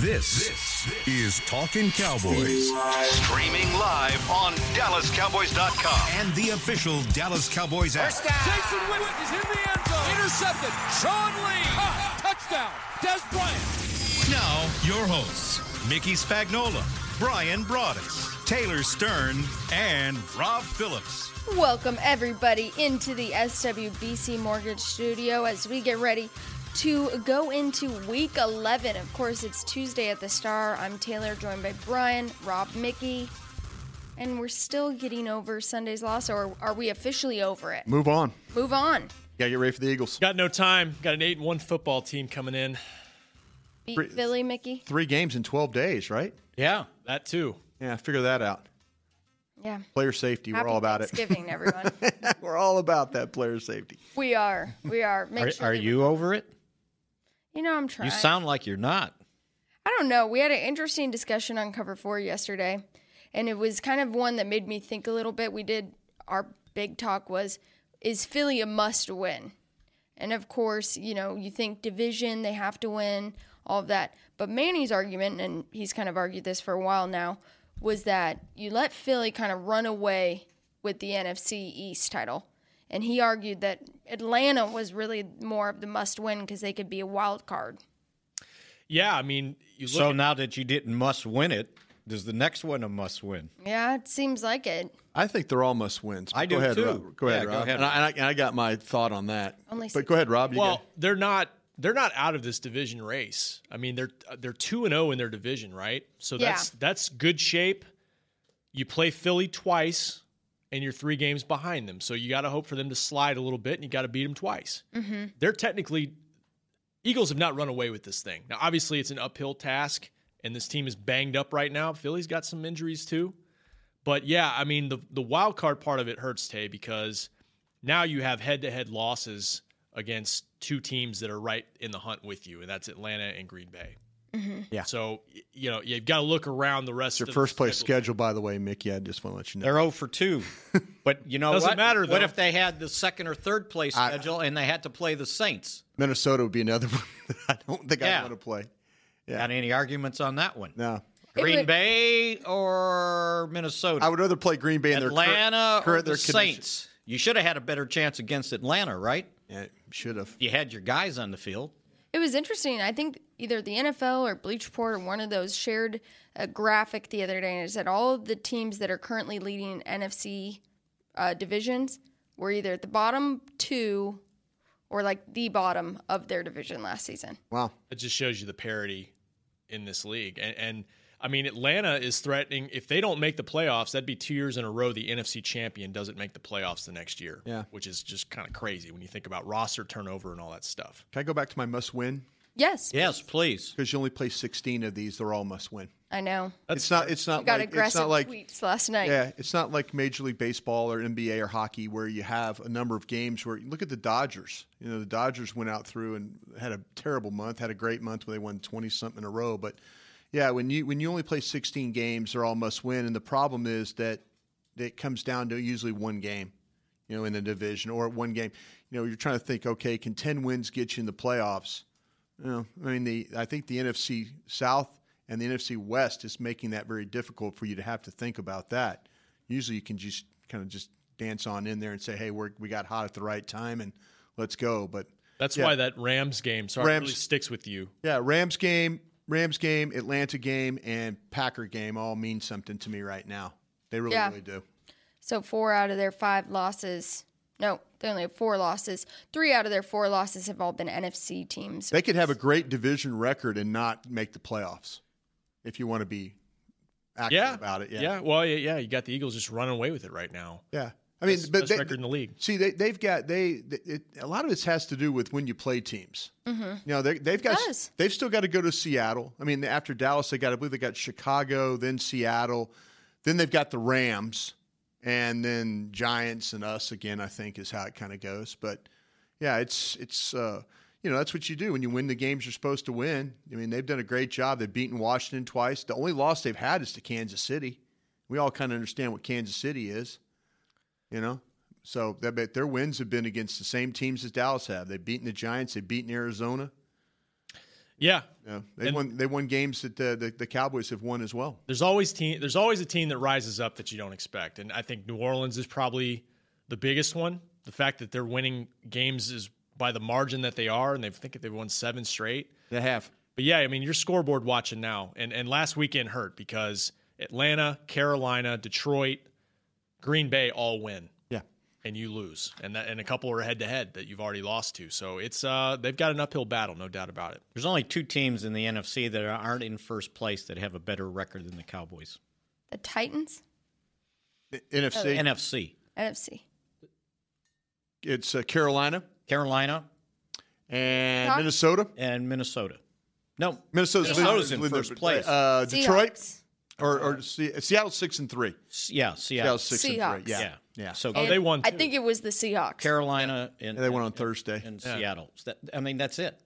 This, is Talking Cowboys Streaming live on DallasCowboys.com. and the official Dallas Cowboys app. Jason Witten is in the end zone. Intercepted. Sean Lee. Caught. Touchdown. Des Bryant. Now, your hosts, Mickey Spagnola, Brian Broaddus, Taylor Stern, and Rob Phillips. Welcome, everybody, into the SWBC Mortgage Studio as we get ready to go into week 11. Of course, it's Tuesday at the Star. I'm Taylor, joined by Brian, Rob, Mickey, and we're still getting over Sunday's loss, or are we officially over it? Move on. Move on. Gotta get ready for the Eagles. Got no time. Got an eight and one football team coming in. Beat Three- Philly, Mickey. Three games in 12 days, right? Yeah, that too. Yeah, figure that out. Yeah. Player safety, Happy we're all about it. Thanksgiving, everyone. we're all about that player safety. we are. We are. Make Are, sure are that- you over it? You know, I'm trying. You sound like you're not. I don't know. We had an interesting discussion on Cover Four yesterday, and it was kind of one that made me think a little bit. We did our big talk was, is Philly a must win? And of course, you know, you think division, they have to win, all of that. But Manny's argument, and he's kind of argued this for a while now, was that you let Philly kind of run away with the NFC East title. And he argued that Atlanta was really more of the must win because they could be a wild card. Yeah, I mean, you look So at- now that you didn't must win it, does the next one a must win? Yeah, it seems like it. I think they're all must wins. I Go do ahead, too. Rob. Go Yeah, ahead, go Rob. ahead, And, I, and I- and I got my thought on that. Only but six. go ahead, Rob. You well, go. they're not they're not out of this division race. I mean, they're they're two and zero in their division, right? So Yeah. that's that's good shape. You play Philly twice, and you're three games behind them. So you got to hope for them to slide a little bit, and you got to beat them twice. Mm-hmm. They're technically Eagles have not run away with this thing. Now, obviously, it's an uphill task, and this team is banged up right now. Philly's got some injuries too, but yeah, I mean the the wild card part of it hurts, Tay, because now you have head to head losses against two teams that are right in the hunt with you, and that's Atlanta and Green Bay. Yeah. So y- you know you've got to look around the rest. It's your of first the place schedule, by the way, Mickey. I just want to let you know. They're 0 for 2. But you know Doesn't what? matter, What though. if they had the second or third place I- schedule and they had to play the Saints? Minnesota would be another one that I don't think I Yeah. want to play. Got any arguments on that one? No. Green would- Bay or Minnesota? I would rather play Green Bay in Atlanta their cur- current or the their condition. Saints? You should have had a better chance against Atlanta, right? Yeah, should have. You had your guys on the field. It was interesting. I think either the NFL or Bleach Report or one of those shared a graphic the other day, and it said all of the teams that are currently leading NFC uh, divisions were either at the bottom two or like the bottom of their division last season. Wow. It just shows you the parity in this league. And, and I mean, Atlanta is threatening. If they don't make the playoffs, that'd be two years in a row the NFC champion doesn't make the playoffs the next year. Yeah. which is just kind of crazy when you think about roster turnover and all that stuff. Can I go back to my must win? Yes, Yes, please. Because you only play 16 of these. They're all must win. I know. it's not. It's not I got like it's aggressive not like tweets last night. yeah. It's not like Major League Baseball or NBA or hockey where you have a number of games where look at the Dodgers. You know the Dodgers went out through and had a terrible month, had a great month where they won twenty something in a row. But yeah, when you when you only play sixteen games, they're all must win, and the problem is that that it comes down to usually one game. You know, in the division or one game. You know, you're trying to think, okay, can ten wins get you in the playoffs? No, I mean the I think the NFC South and the NFC West is making that very difficult for you to have to think about that. Usually, you can just kind of just dance on in there and say, "Hey, we're, we got hot at the right time and let's go." But That's Yeah. why that Rams game sorry Rams- really sticks with you. yeah, Rams game, Rams game, Atlanta game, and Packer game all mean something to me right now. They really, Yeah. really do. So four out of their five losses. No, they only have four losses. Three out of their four losses have all been NFC teams. They could have a great division record and not make the playoffs if you want to be accurate Yeah, about it. Well, yeah, yeah. You got the Eagles just running away with it right now. Yeah. I mean, Best- but best they- record in the league. See, they, they've got they. th- It, a lot of this has to do with when you play teams. Mm-hmm. You know, they, they've got does. they've still got to go to Seattle. I mean, after Dallas, they got I believe they got Chicago, then Seattle, then they've got the Rams, and then Giants and us again. I think is how it kind of goes. But yeah, it's it's uh, you know that's what you do when you win the games you're supposed to win. I mean, they've done a great job. They've beaten Washington twice. The only loss they've had is to Kansas City. We all kind of understand what Kansas City is. You know, so that but their wins have been against the same teams as Dallas have. They've beaten the Giants. They've beaten Arizona. Yeah. Yeah, they won. They won games that uh, the, the Cowboys have won as well. There's always team there's always a team that rises up that you don't expect. And I think New Orleans is probably the biggest one. The fact that they're winning games is by the margin that they are and they think they've won 7 straight. They have. But yeah, I mean, your scoreboard watching now, and and last weekend hurt because Atlanta, Carolina, Detroit, Green Bay all win, Yeah. and you lose, and that and a couple are head to head that you've already lost to. So it's uh they've got an uphill battle, no doubt about it. There's only two teams in the NFC that aren't in first place that have a better record than the Cowboys. The Titans, The Oh, NFC, NFC. NFC. it's uh, Carolina Carolina and Huh? Minnesota. and Minnesota. No, Minnesota's, Minnesota's in leading- leading first the- place. Uh, Detroit Seahawks. or, or Se- Seattle six and three. S- yeah, Seattle Seattle. six and Seahawks. three. Yeah, yeah. yeah. So Oh, they won. I too. think it was the Seahawks. Carolina and, they went and- on Thursday. and Seattle. So that- I mean, that's it.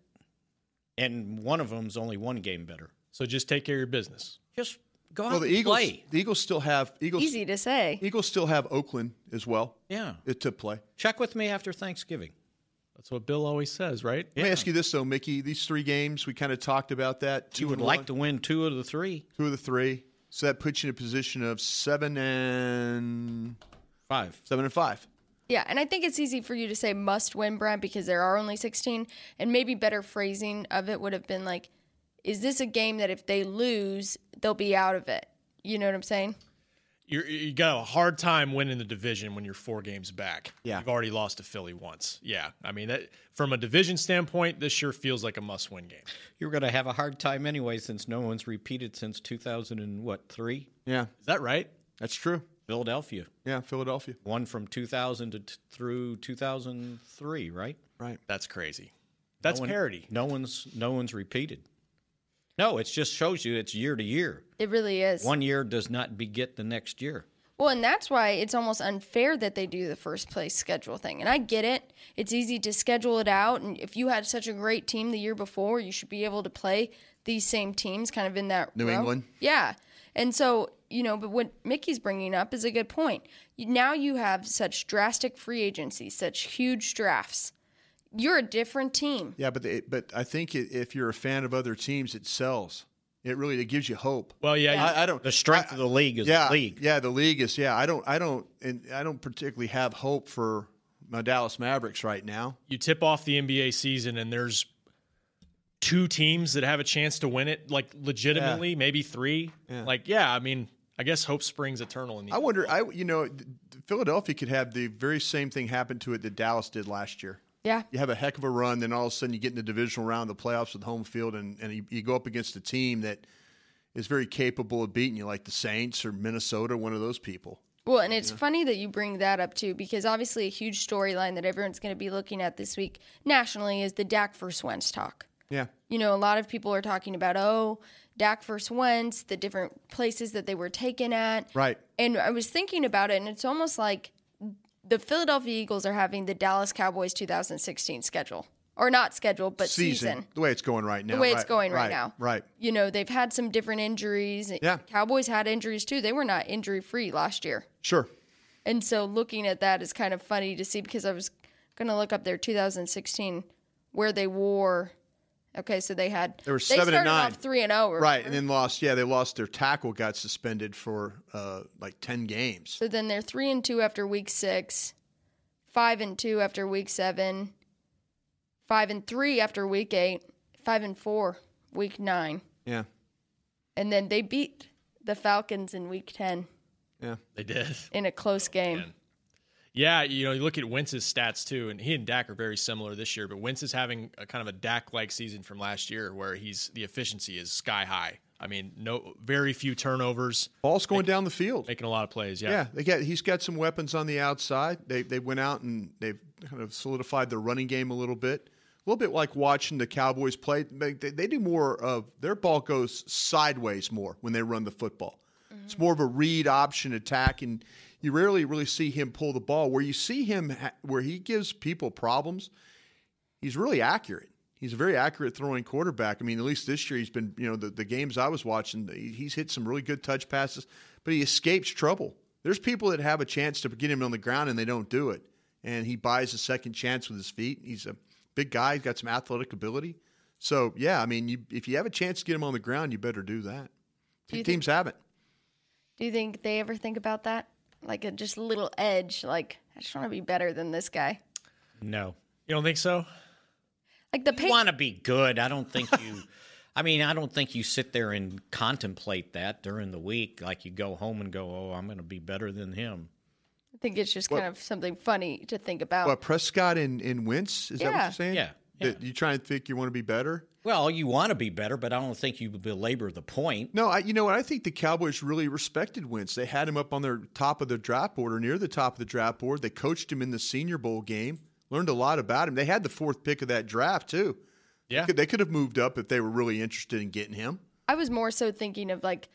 And one of them's only one game better. so. Just take care of your business. Just go out well, the and Eagles. play. The Eagles still have Eagles. Easy to say. Eagles still have Oakland as well. Yeah. it to play. Check with me after Thanksgiving. That's what Bill always says, right? Let me ask you this though, Mickey. These three games we kind of talked about that. Two You would and like one, to win two of the three, two of the three. So that puts you in a position of seven and five. seven and five. Yeah, and I think it's easy for you to say must win, Brent, because there are only 16. And maybe better phrasing of it would have been like, is this a game that if they lose, they'll be out of it? You know what I'm saying? You're, you got a hard time winning the division when you're four games back. Yeah. you've already lost to Philly once. Yeah, I mean that from a division standpoint, this sure feels like a must-win game. You're going to have a hard time anyway, since no one's repeated since 2000 and what three? Yeah, Is that right? that's true. Philadelphia Yeah, Philadelphia. one from 2000 to t- through 2003, right? Right. That's crazy. That's no one- parody. No one's no one's repeated. No, it just shows you it's year to year. It really is. One year does not beget the next year. Well, and that's why it's almost unfair that they do the first place schedule thing. And I get it. It's easy to schedule it out. And if you had such a great team the year before, you should be able to play these same teams kind of in that New row. England. Yeah. And so, you know, but what Mickey's bringing up is a good point. You- Now you have such drastic free agency, such huge drafts. You're a different team. Yeah, but they, but I think i if you're a fan of other teams, it sells. It really it gives you hope. Well, yeah, you- I, I don't. The strength of the league is yeah, the league. yeah, the league is. Yeah, I don't. I don't. And I don't particularly have hope for my Dallas Mavericks right now. you tip off the NBA season and there's two teams that have a chance to win it, like legitimately, maybe three. Like, yeah, I mean, I guess hope springs eternal in the I wonder. I you know, th- Philadelphia could have the very same thing happen to it that Dallas did last year. Yeah. You have a heck of a run, then all of a sudden you get in the divisional round of the playoffs with home field, and, and you, you go up against a team that is very capable of beating you, like the Saints or Minnesota, one of those people. Well, and it's funny that you bring that up too, because obviously a huge storyline that everyone's going to be looking at this week nationally is the Dak versus Wentz talk. Yeah. You know, a lot of people are talking about, oh, Dak versus Wentz, the different places that they were taken at. Right. And I was thinking about it, and it's almost like the Philadelphia Eagles are having the Dallas Cowboys 2016 schedule. Or not schedule, but Season, season. the way it's going right now. The way it's right, going right now. Right. You know, they've had some different injuries. Yeah. Cowboys had injuries too. They were not injury free last year. Sure. And so looking at that is kind of funny to see because I was going to look up their 2016 where they wore. Okay, so they had They were they seven and started nine. off three and oh zero, Right. And then lost. Yeah, they lost their tackle, got suspended for uh, like 10 games. So then they're three and two after week six, five and two after week seven, five and three after week eight, five and four week nine, Yeah. and then they beat the Falcons in week ten Yeah. They did. in a close game. Yeah, you know, you look at Wentz's stats too, and he and Dak are very similar this year, but Wentz is having a kind of a Dak like season from last year where he's the efficiency is sky high. I mean, no very few turnovers, Ball's going down the field. making a lot of plays. Yeah, they got he's got some weapons on the outside. They they went out and they've kind of solidified their running game a little bit. A little bit like watching the Cowboys play. They, they- they do more of their ball goes sideways more when they run the football. It's more of a read option attack, and you rarely really see him pull the ball. Where you see him, ha- where he gives people problems, he's really accurate. He's a very accurate throwing quarterback. I mean, at least this year he's been, you know, the, the games I was watching, he- he's hit some really good touch passes, but he escapes trouble. There's people that have a chance to get him on the ground and they don't do it. And he buys a second chance with his feet. He's a big guy, he's got some athletic ability. So yeah, I mean, you, if you have a chance to get them on the ground, you better do that. Do you Few teams haven't. Do you think they ever think about that? Like a just a little edge, like I just want to be better than this guy. No. You don't think so? Like the You Patri- want to be good. I don't think you. I mean, I don't think you sit there and contemplate that during the week. Like you go home and go, "Oh, I'm going to be better than him." I think it's just kind of something funny to think about. What Prescott and, and Wentz is that what Oh. Yeah. you're saying? Yeah, That you try and think you want to be better. Well, you want to be better, but I don't think you belabor the point. No, I, you know what? I think the Cowboys really respected Wentz. They had him up on their top of the draft board or near the top of the draft board. They coached him in the Senior Bowl game. Learned a lot about him. They had the fourth pick of that draft too. Yeah. They could, they could have moved up if they were really interested in getting him. I was more so thinking of like,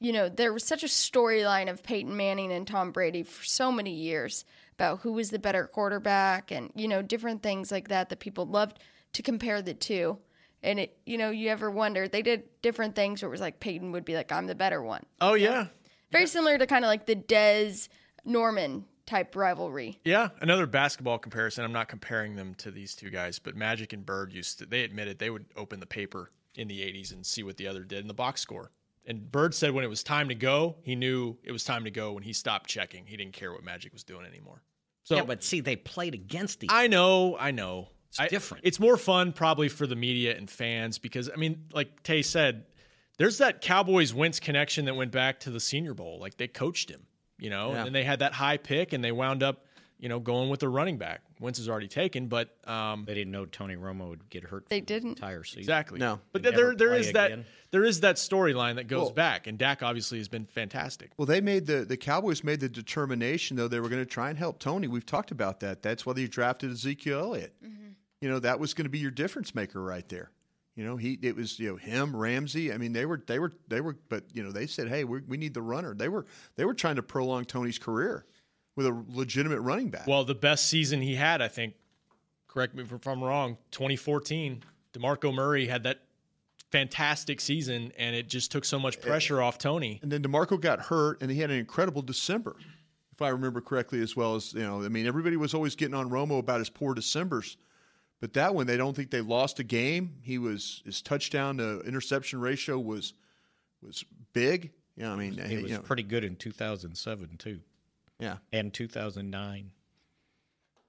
you know, there was such a storyline of Peyton Manning and Tom Brady for so many years about who was the better quarterback and, you know, different things like that that people loved to compare the two. And it, you know, you ever wonder they did different things where it was like Peyton would be like, I'm the better one. Oh yeah, Very similar to kind of like the Dez Norman type rivalry. yeah. Another basketball comparison. I'm not comparing them to these two guys, but Magic and Bird used to. They admitted they would open the paper in the '80s and see what the other did in the box score. And Bird said when it was time to go, he knew it was time to go when he stopped checking. He didn't care what Magic was doing anymore. So yeah, but see, they played against each. I know, I know. It's different. It's more fun probably for the media and fans because I mean, like Tay said, there's that Cowboys Wentz connection that went back to the Senior Bowl. Like they coached him, you know, and they had that high pick and they wound up, you know, going with the running back. Wentz is already taken, but um They didn't know Tony Romo would get hurt. They for the didn't. entire season. exactly. No. But They there never there play is that again. there is that storyline that goes Well- back and Dak obviously has been fantastic. Well, they made the the Cowboys made the determination though they were going to try and help Tony. We've talked about that. That's why they drafted Ezekiel Elliott. You know that was going to be your difference maker right there. You know he it was you know him Ramsey. I mean they were they were they were but you know they said hey we we need the runner. They were they were trying to prolong Tony's career with a legitimate running back. Well, the best season he had, I think, correct me if I'm wrong, 2014, DeMarco Murray had that fantastic season, and it just took so much pressure off Tony. and then Demarco got hurt and he had an incredible December. If I remember correctly, as well as you know, I mean, everybody was always getting on Romo about his poor Decembers. But that one, they don't think they lost a game. He was his touchdown to interception ratio was was big. Yeah, I mean, He was you know, pretty good in 2007 too, yeah. and 2009.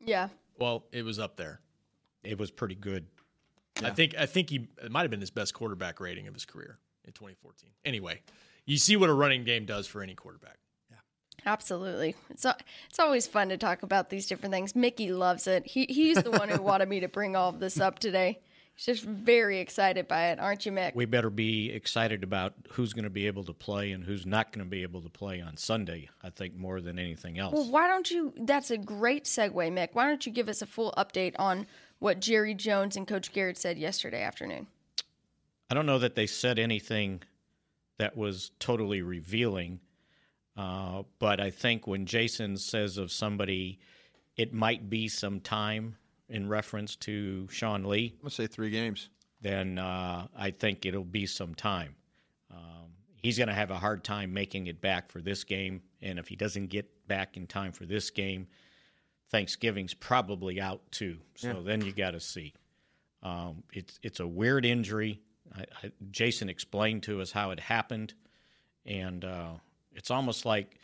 Yeah. Well, it was up there. It was pretty good. I think I think he it might have been his best quarterback rating of his career in 2014. Anyway, you see what a running game does for any quarterback. Absolutely. It's al- it's always fun to talk about these different things. Mickey loves it. He he's the one who wanted me to bring all of this up today. He's just very excited by it, aren't you, Mick? We better be excited about who's going to be able to play and who's not going to be able to play on Sunday. I think more than anything else. well, why don't you? That's a great segue, Mick. Why don't you give us a full update on what Jerry Jones and Coach Garrett said yesterday afternoon? I don't know that they said anything that was totally revealing, uh, but I think when Jason says of somebody, it might be some time in reference to Sean Lee, I'm gonna say three games. then uh, I think it'll be some time. Um, he's going to have a hard time making it back for this game, and if he doesn't get back in time for this game, Thanksgiving's probably out too. So then you got to see. Um, it's it's a weird injury. I, I, Jason explained to us how it happened, and uh, it's almost like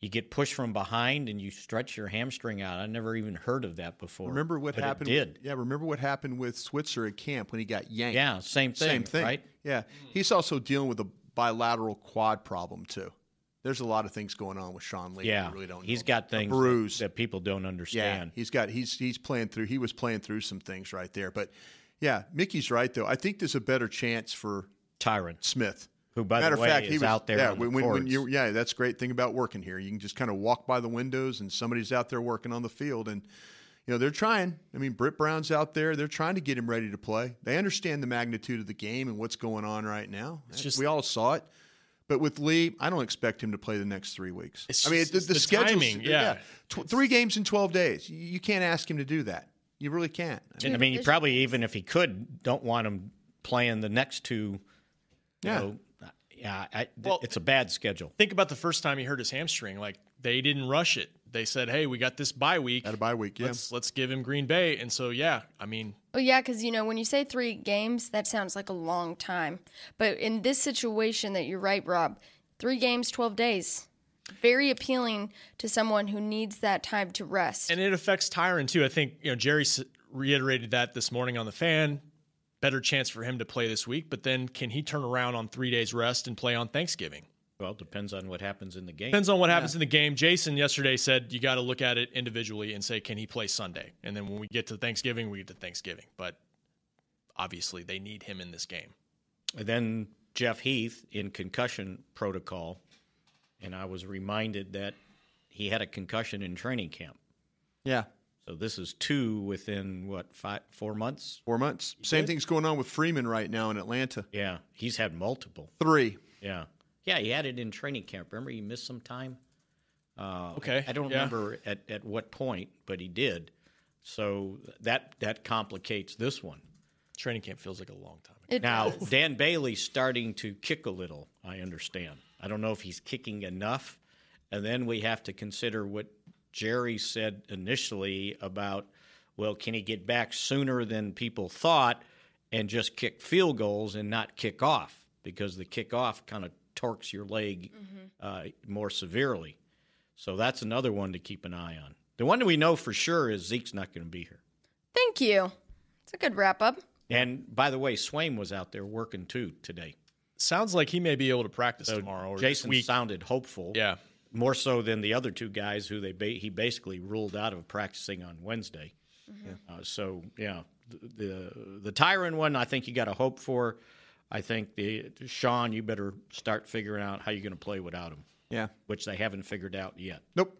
you get pushed from behind and you stretch your hamstring out. I never even heard of that before. Remember what but it happened? did With, yeah, remember what happened with Switzer at camp when he got yanked. yeah, same thing. Same thing. right? Yeah. He's also dealing with a bilateral quad problem too. There's a lot of things going on with Sean Lee. Yeah, we really don't. He's know. got things that- bruise. that people don't understand. Yeah, he's got he's he's playing through. He was playing through some things right there, but yeah, Mickey's right though. I think there's a better chance for Tyrant, Smith. who by Matter the of way fact, is he was out there Yeah, on when, the when, when courts. you yeah, that's the great thing about working here. You can just kind of walk by the windows, and somebody's out there working on the field, and you know they're trying. I mean, Britt Brown's out there. They're trying to get him ready to play. They understand the magnitude of the game and what's going on right now. just- we all saw it. But with Lee, I don't expect him to play the next three weeks. It's I mean, just- the, it's the, the schedule's- timing, yeah. Tw- three games in 12 days. You, you can't ask him to do that. You really can't. I mean, I mean, you probably even if he could, don't want him playing the next two. You Yeah. know, yeah, I, th- Well- it's a bad schedule. Think about the first time he hurt his hamstring. Like they didn't rush it. They said, "Hey, we got this bye week. At a bye week, yeah. Let's let's give him Green Bay." And so yeah, I mean, Well, Oh, yeah, because you know when you say three games, that sounds like a long time. But in this situation, that you're right, Rob, three games, twelve days, very appealing to someone who needs that time to rest. and it affects Tyron too. I think you know Jerry s- reiterated that this morning on the fan. Better chance for him to play this week, but then can he turn around on three days rest and play on Thanksgiving? Well, it depends on what happens in the game. Depends on what happens in the game. Jason yesterday said you got to look at it individually and say, can he play Sunday? And then when we get to Thanksgiving, we get to Thanksgiving. But obviously, they need him in this game. And then Jeff Heath in concussion protocol, and I was reminded that he had a concussion in training camp. Yeah. So this is two within what five, four months? Four months. Same thing's going on with Freeman right now in Atlanta. Yeah, he's had multiple. Three. Yeah, yeah, he had it in training camp. Remember, he missed some time. Uh, Okay, I don't yeah. remember at, at what point, but he did. So that that complicates this one. Training camp feels like a long time. ago. It Now, does. Dan Bailey's starting to kick a little, I understand. I don't know if he's kicking enough. And then we have to consider what Jerry said initially about, well, can he get back sooner than people thought and just kick field goals and not kick off? Because the kickoff kind of torques your leg uh, more severely. So that's another one to keep an eye on. The one that we know for sure is Zeke's not going to be here. Thank you. It's a good wrap up. And by the way, Swaim was out there working too today. Sounds like he may be able to practice tomorrow or this Jason week. sounded hopeful. yeah, More so than the other two guys who they ba- he basically ruled out of practicing on Wednesday. Uh, so yeah, the, the the Tyron one I think you got to hope for. I think the Sean, you better start figuring out how you're going to play without him, Yeah. which they haven't figured out yet. Nope.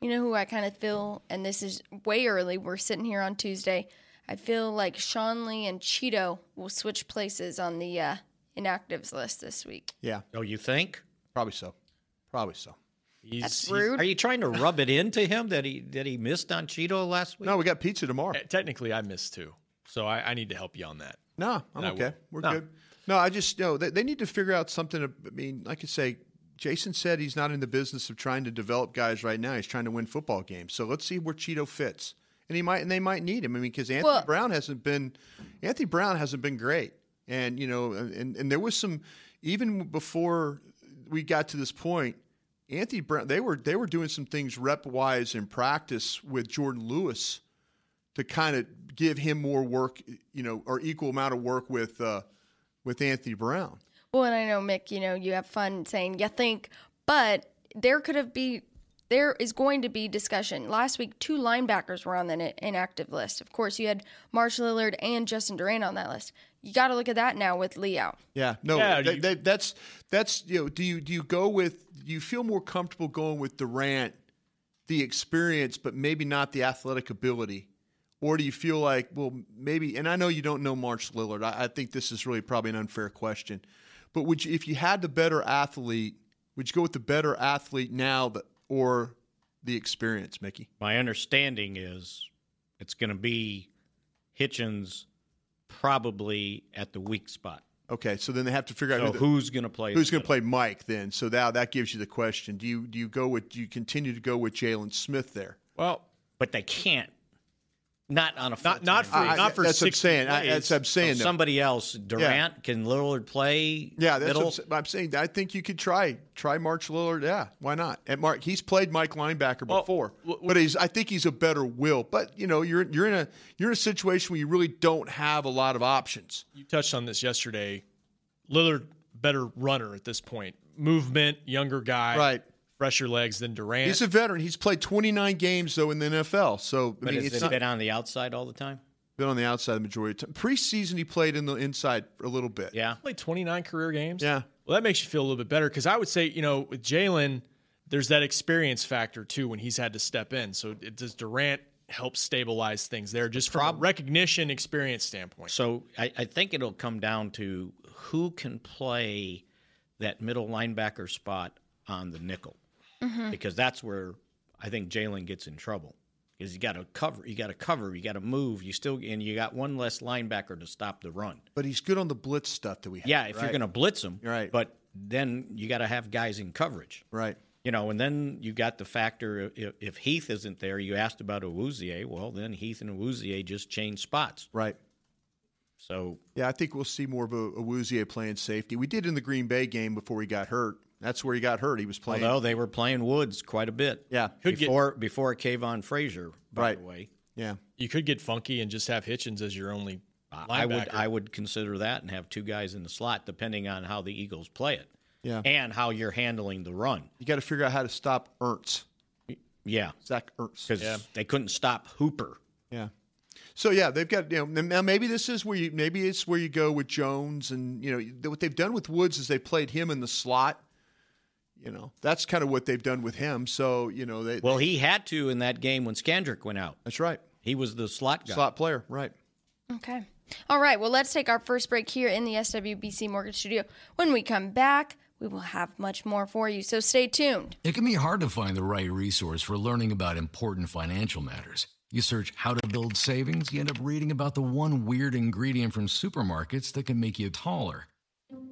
You know who I kind of feel, and this is way early. We're sitting here on Tuesday. I feel like Sean Lee and Cheeto will switch places on the uh, inactives list this week. Yeah. Oh, you think? Probably so. Probably so. he's, That's he's- rude. Are you trying to rub it into him that he that he missed on Cheeto last week? No, we got pizza tomorrow. technically I missed two, so I, I need to help you on that. No, I'm I will. okay. We're No. good. No, I just you know they, they need to figure out something. to- I mean, like I say, Jason said he's not in the business of trying to develop guys right now. He's trying to win football games. So let's see where Cheeto fits, and he might and they might need him. I mean, because Anthony Well- Brown hasn't been Anthony Brown hasn't been great, and you know, and and there was some even before we got to this point. Anthony Brown, they were they were doing some things rep wise in practice with Jordan Lewis to kind of give him more work, you know, or equal amount of work with uh, with Anthony Brown. Well, and I know Mick, you know, you have fun saying you think, but there could have be there is going to be discussion. Last week, two linebackers were on the in- inactive list. Of course, you had Marsh Lillard and Justin Duran on that list. You got to look at that now with Lee out. Yeah, no, Yeah, that, you- that- that's that's you know, do you do you go with do you feel more comfortable going with Durant, the experience, but maybe not the athletic ability, or do you feel like well maybe? And I know you don't know March Lillard. I, I think this is really probably an unfair question, but would you, if you had the better athlete, would you go with the better athlete now that, or the experience, Mickey? My understanding is it's going to be Hitchens probably at the weak spot. Okay, so then they have to figure out So who the- who's going to play? Who's the going to play Mike then? So now that gives you the question: Do you do you go with do you continue to go with Jalen Smith there? Well, middle? But they can't. Not on a Not- not full-time for- basis. not for that's what I'm 60 saying. I, plays. that's what I'm saying. though. somebody else. Durant can Lillard play? yeah, that's middle? what I'm, sa- I'm saying. I think you could try try March Lillard. Yeah, why not? And Mark, he's played Mike linebacker before, but he's I think he's a better will. But you know, you're you're in a you're in a situation where you really don't have a lot of options. you touched on this yesterday. Lillard better runner at this point. Movement, younger guy, Right. Fresher legs than Durant. He's a veteran. He's played 29 games though in the NFL. So I But mean, has it's it not been on the outside all the time? been on the outside the majority of the time. Preseason, he played in the inside a little bit. Yeah. played 29 career games. Yeah. Well, that makes you feel a little bit better because I would say, you know, with Jalen, there's that experience factor too when he's had to step in. So it, does Durant help stabilize things there just from a recognition experience standpoint? So I, I think it'll come down to who can play that middle linebacker spot on the nickel, Mm-hmm. because that's where I think Jalen gets in trouble. Because you got to cover, you got to cover, you got to move. You still and you got one less linebacker to stop the run. But he's good on the blitz stuff that we have. Yeah, if right? you're going to blitz him, Right. But then you got to have guys in coverage. Right. You know, and then you got the factor of- if, if Heath isn't there, you asked about Awuzie. Well, then Heath and Awuzie just changed spots. Right. So Yeah, I think we'll see more of a, a Awuzie playing safety. We did in the Green Bay game before he got hurt. That's where he got hurt. He was playing. although they were playing Woods quite a bit. Yeah. Could get- before before Kayvon Frazier, by Right. the way. yeah. You could get funky and just have Hitchens as your only. Linebacker. I would I would consider that and have two guys in the slot depending on how the Eagles play it. Yeah. And how you're handling the run. You got to figure out how to stop Ernst, Yeah. Zach Ernst. Because they couldn't stop Hooper. Yeah. So yeah, they've got you know now maybe this is where you maybe it's where you go with Jones and you know what they've done with Woods is they played him in the slot. You know that's kind of what they've done with him. So you know they Well, he had to in that game when Skandrick went out. that's right He was the slot guy. slot player right. Okay. All right. Well, let's take our first break here in the SWBC Mortgage Studio. When we come back, we will have much more for you. So stay tuned. It can be hard to find the right resource for learning about important financial matters. You search how to build savings, you end up reading about the one weird ingredient from supermarkets that can make you taller.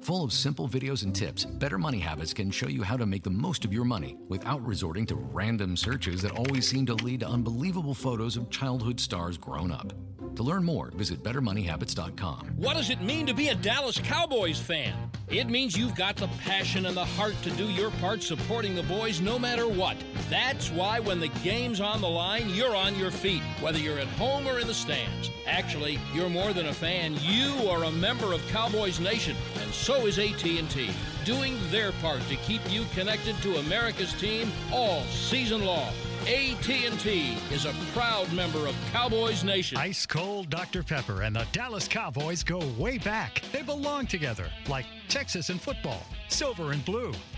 Full of simple videos and tips, Better Money Habits can show you how to make the most of your money without resorting to random searches that always seem to lead to unbelievable photos of childhood stars grown up. To learn more, visit BetterMoneyHabits.com. What does it mean to be a Dallas Cowboys fan? It means you've got the passion and the heart to do your part supporting the boys no matter what. That's why when the game's on the line, you're on your feet, whether you're at home or in the stands. Actually, you're more than a fan, you are a member of Cowboys Nation, and so is AT&T, doing their part to keep you connected to America's team all season long. AT&T is a proud member of Cowboys Nation. Ice Cold Dr. Pepper and the Dallas Cowboys go way back. They belong together, like Texas and football, silver and blue,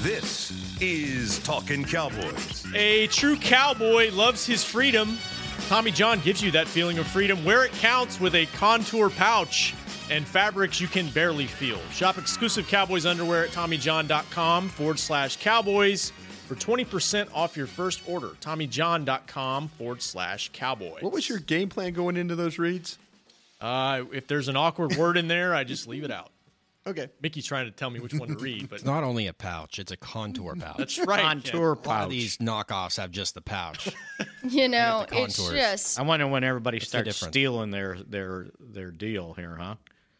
This is Talking Cowboys. A true cowboy loves his freedom. Tommy John gives you that feeling of freedom where it counts with a contour pouch and fabrics you can barely feel. Shop exclusive Cowboys underwear at TommyJohn.com forward slash Cowboys for 20% off your first order. TommyJohn.com forward slash Cowboys. What was your game plan going into those reads? Uh, if there's an awkward word in there, I just leave it out. Okay, Mickey's trying to tell me which one to read, but It's not only a pouch, it's a contour pouch. that's right. On tour A lot of pouch. these knockoffs have just the pouch. You know, the it's contours. just I wonder when everybody starts difference. stealing their their their deal here, huh?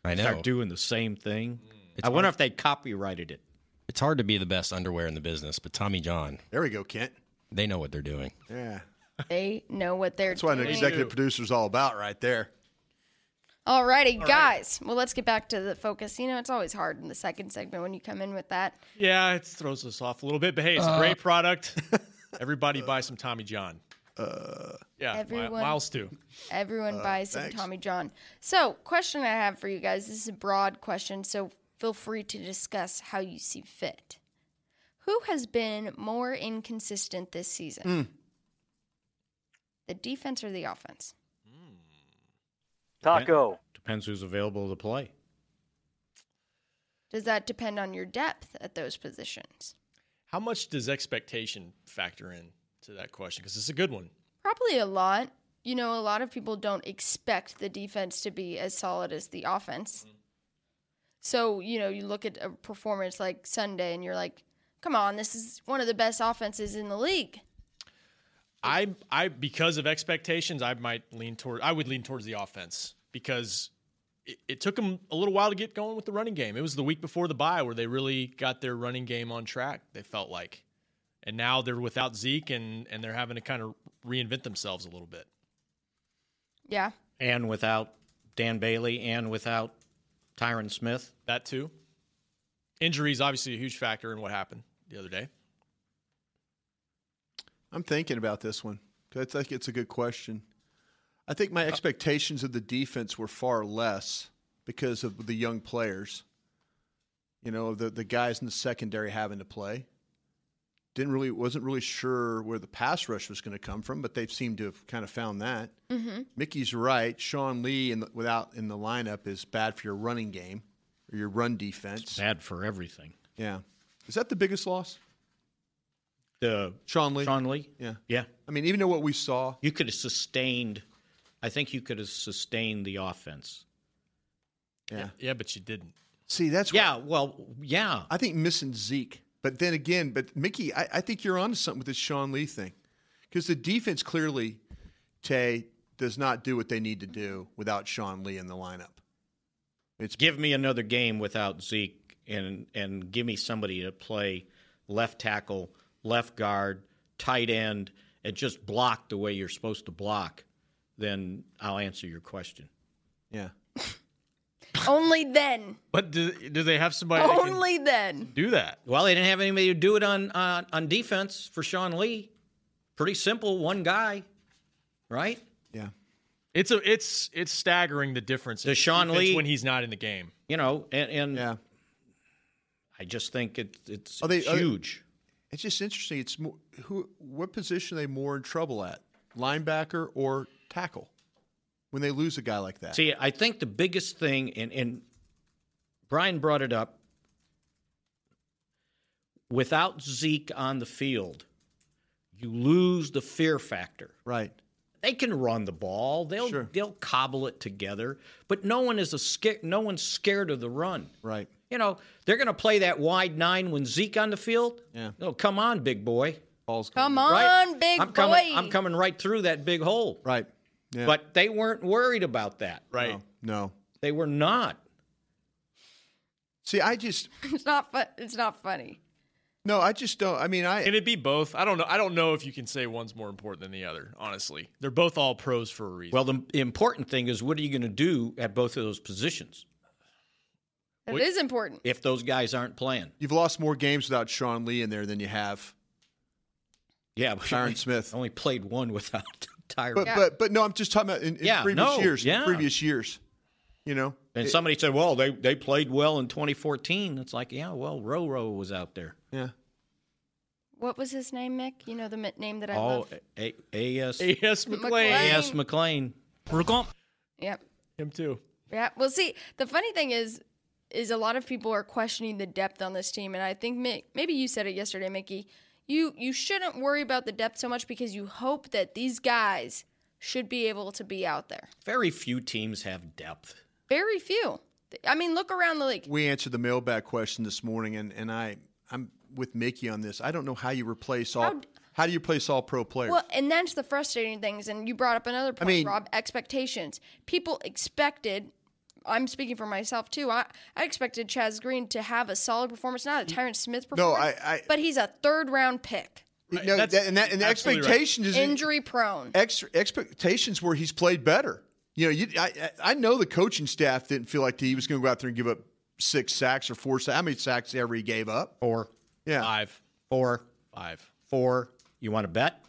I know. Start doing the same thing. I wonder if they copyrighted it. It's hard to be the best underwear in the business, but Tommy John, there we go, Kent. they know what they're doing. Yeah, they know what they're that's what an doing. executive producer's all about, right there. All righty, guys. Well, let's get back to the focus. You know, it's always hard in the second segment when you come in with that. Yeah, it throws us off a little bit, but hey, it's a great product. Everybody buy some Tommy John. yeah, Mi- everyone- Miles too. Everyone buys some Tommy John. So, question I have for you guys this is a broad question, so feel free to discuss how you see fit. Who has been more inconsistent this season? The defense or the offense? Taco. Depends who's available to play. Does that depend on your depth at those positions? How much does expectation factor in to that question? Because it's a good one. Probably a lot. You know, a lot of people don't expect the defense to be as solid as the offense. So, you know, you look at a performance like Sunday and you're like, come on, this is one of the best offenses in the league. I, I, because of expectations, I might lean toward. I would lean towards the offense because it, it took them a little while to get going with the running game. It was the week before the bye where they really got their running game on track. They felt like, and now they're without Zeke and and they're having to kind of reinvent themselves a little bit. Yeah. and without Dan Bailey and without Tyron Smith. That too. Injuries obviously a huge factor in what happened the other day. I'm thinking about this one 'cause I think it's a good question. I think Uh, my expectations of the defense were far less because of the young players. You know, the the guys in the secondary having to play. Didn't really wasn't really sure where the pass rush was going to come from, but they seemed to have kind of found that. Mm-hmm. Mickey's right. Sean Lee in the, without in the lineup is bad for your running game or your run defense. Bad for everything. Yeah, is that the biggest loss? The Sean Lee. Sean Lee. Yeah. Yeah. I mean, even though what we saw, You could have sustained. I think you could have sustained the offense. yeah. Yeah, but you didn't. See, that's what- Yeah. Well. Yeah. I think missing Zeke. But then again, but Mickey, I, I think you're onto something with this Sean Lee thing. Because the defense clearly, Tay, does not do what they need to do without Sean Lee in the lineup. It's Give me another game without Zeke, and and give me somebody to play left tackle, left guard, tight end, and just block the way you're supposed to block. Then I'll answer your question. yeah. Only then. But do, do they have somebody Oh. that can Only then. do that? Well, they didn't have anybody to do it on on, on defense for Sean Lee. Pretty simple, one guy, right? Yeah. It's a it's it's staggering the difference. in Deshaun defense Lee- when he's not in the game. You know, and, and Yeah. I just think it, it's Are they- it's are- huge. It's just interesting. It's more, who what position are they more in trouble at? Linebacker or tackle? When they lose a guy like that. See, I think the biggest thing, and, and Brian brought it up, without Zeke on the field, you lose the fear factor. Right. They can run the ball. They'll Sure. they'll cobble it together, but no one is a sca- no one's scared of the run. Right. You know, they're going to play that wide nine when Zeke on the field. Yeah. Oh, come on, big boy. Ball's Come gone. on, Right? big I'm boy. coming, I'm coming right through that big hole. Right. Yeah. But they weren't worried about that. Right. no. no. They were not. See, I just It's not fun. It's not funny. no, I just don't I mean I Can it be both? I don't know. I don't know if you can say one's more important than the other. Honestly, they're both all pros for a reason. Well, the important thing is what are you going to do at both of those positions It is Wait. important. if those guys aren't playing? You've lost more games without Sean Lee in there than you have. Yeah, but Tyron Smith. only played one without Tyron. But but but no, I'm just talking about in, in Yeah, previous no, years. in yeah. Previous years. You know? and It- somebody said, "Well, they they played well in 2014." It's like, yeah, well, Roro was out there. yeah. What was his name, Mick? You know the mi- name that I Oh, love. A- A- A.S. A.S. McLean, McClain. A.S. McLean. Yep. him too. Yeah. Well, see, the funny thing is, is a lot of people are questioning the depth on this team, and I think Mi- maybe you said it yesterday, Mickey. You you shouldn't worry about the depth so much because you hope that these guys should be able to be out there. Very few teams have depth. Very few. I mean, look around the league. We answered the mailbag question this morning and, and I I'm with Mickey on this. I don't know how you replace all how, How d- do you replace all pro players? Well, and that's the frustrating things. And you brought up another point, mean- Rob. Expectations. People expected. I'm speaking for myself too. I, I expected Chaz Green to have a solid performance, not a Tyrant Smith No, performance. I- I- but he's a third round pick, no, that's that- and that, and the absolutely right. expectation is injury prone. ex, expectations where he's played better. You know, you, I I I know the coaching staff didn't feel like he was going to go out there and give up six sacks or four sacks. How many sacks ever he gave up? Four, Yeah, Five, four, five. four. You want to bet?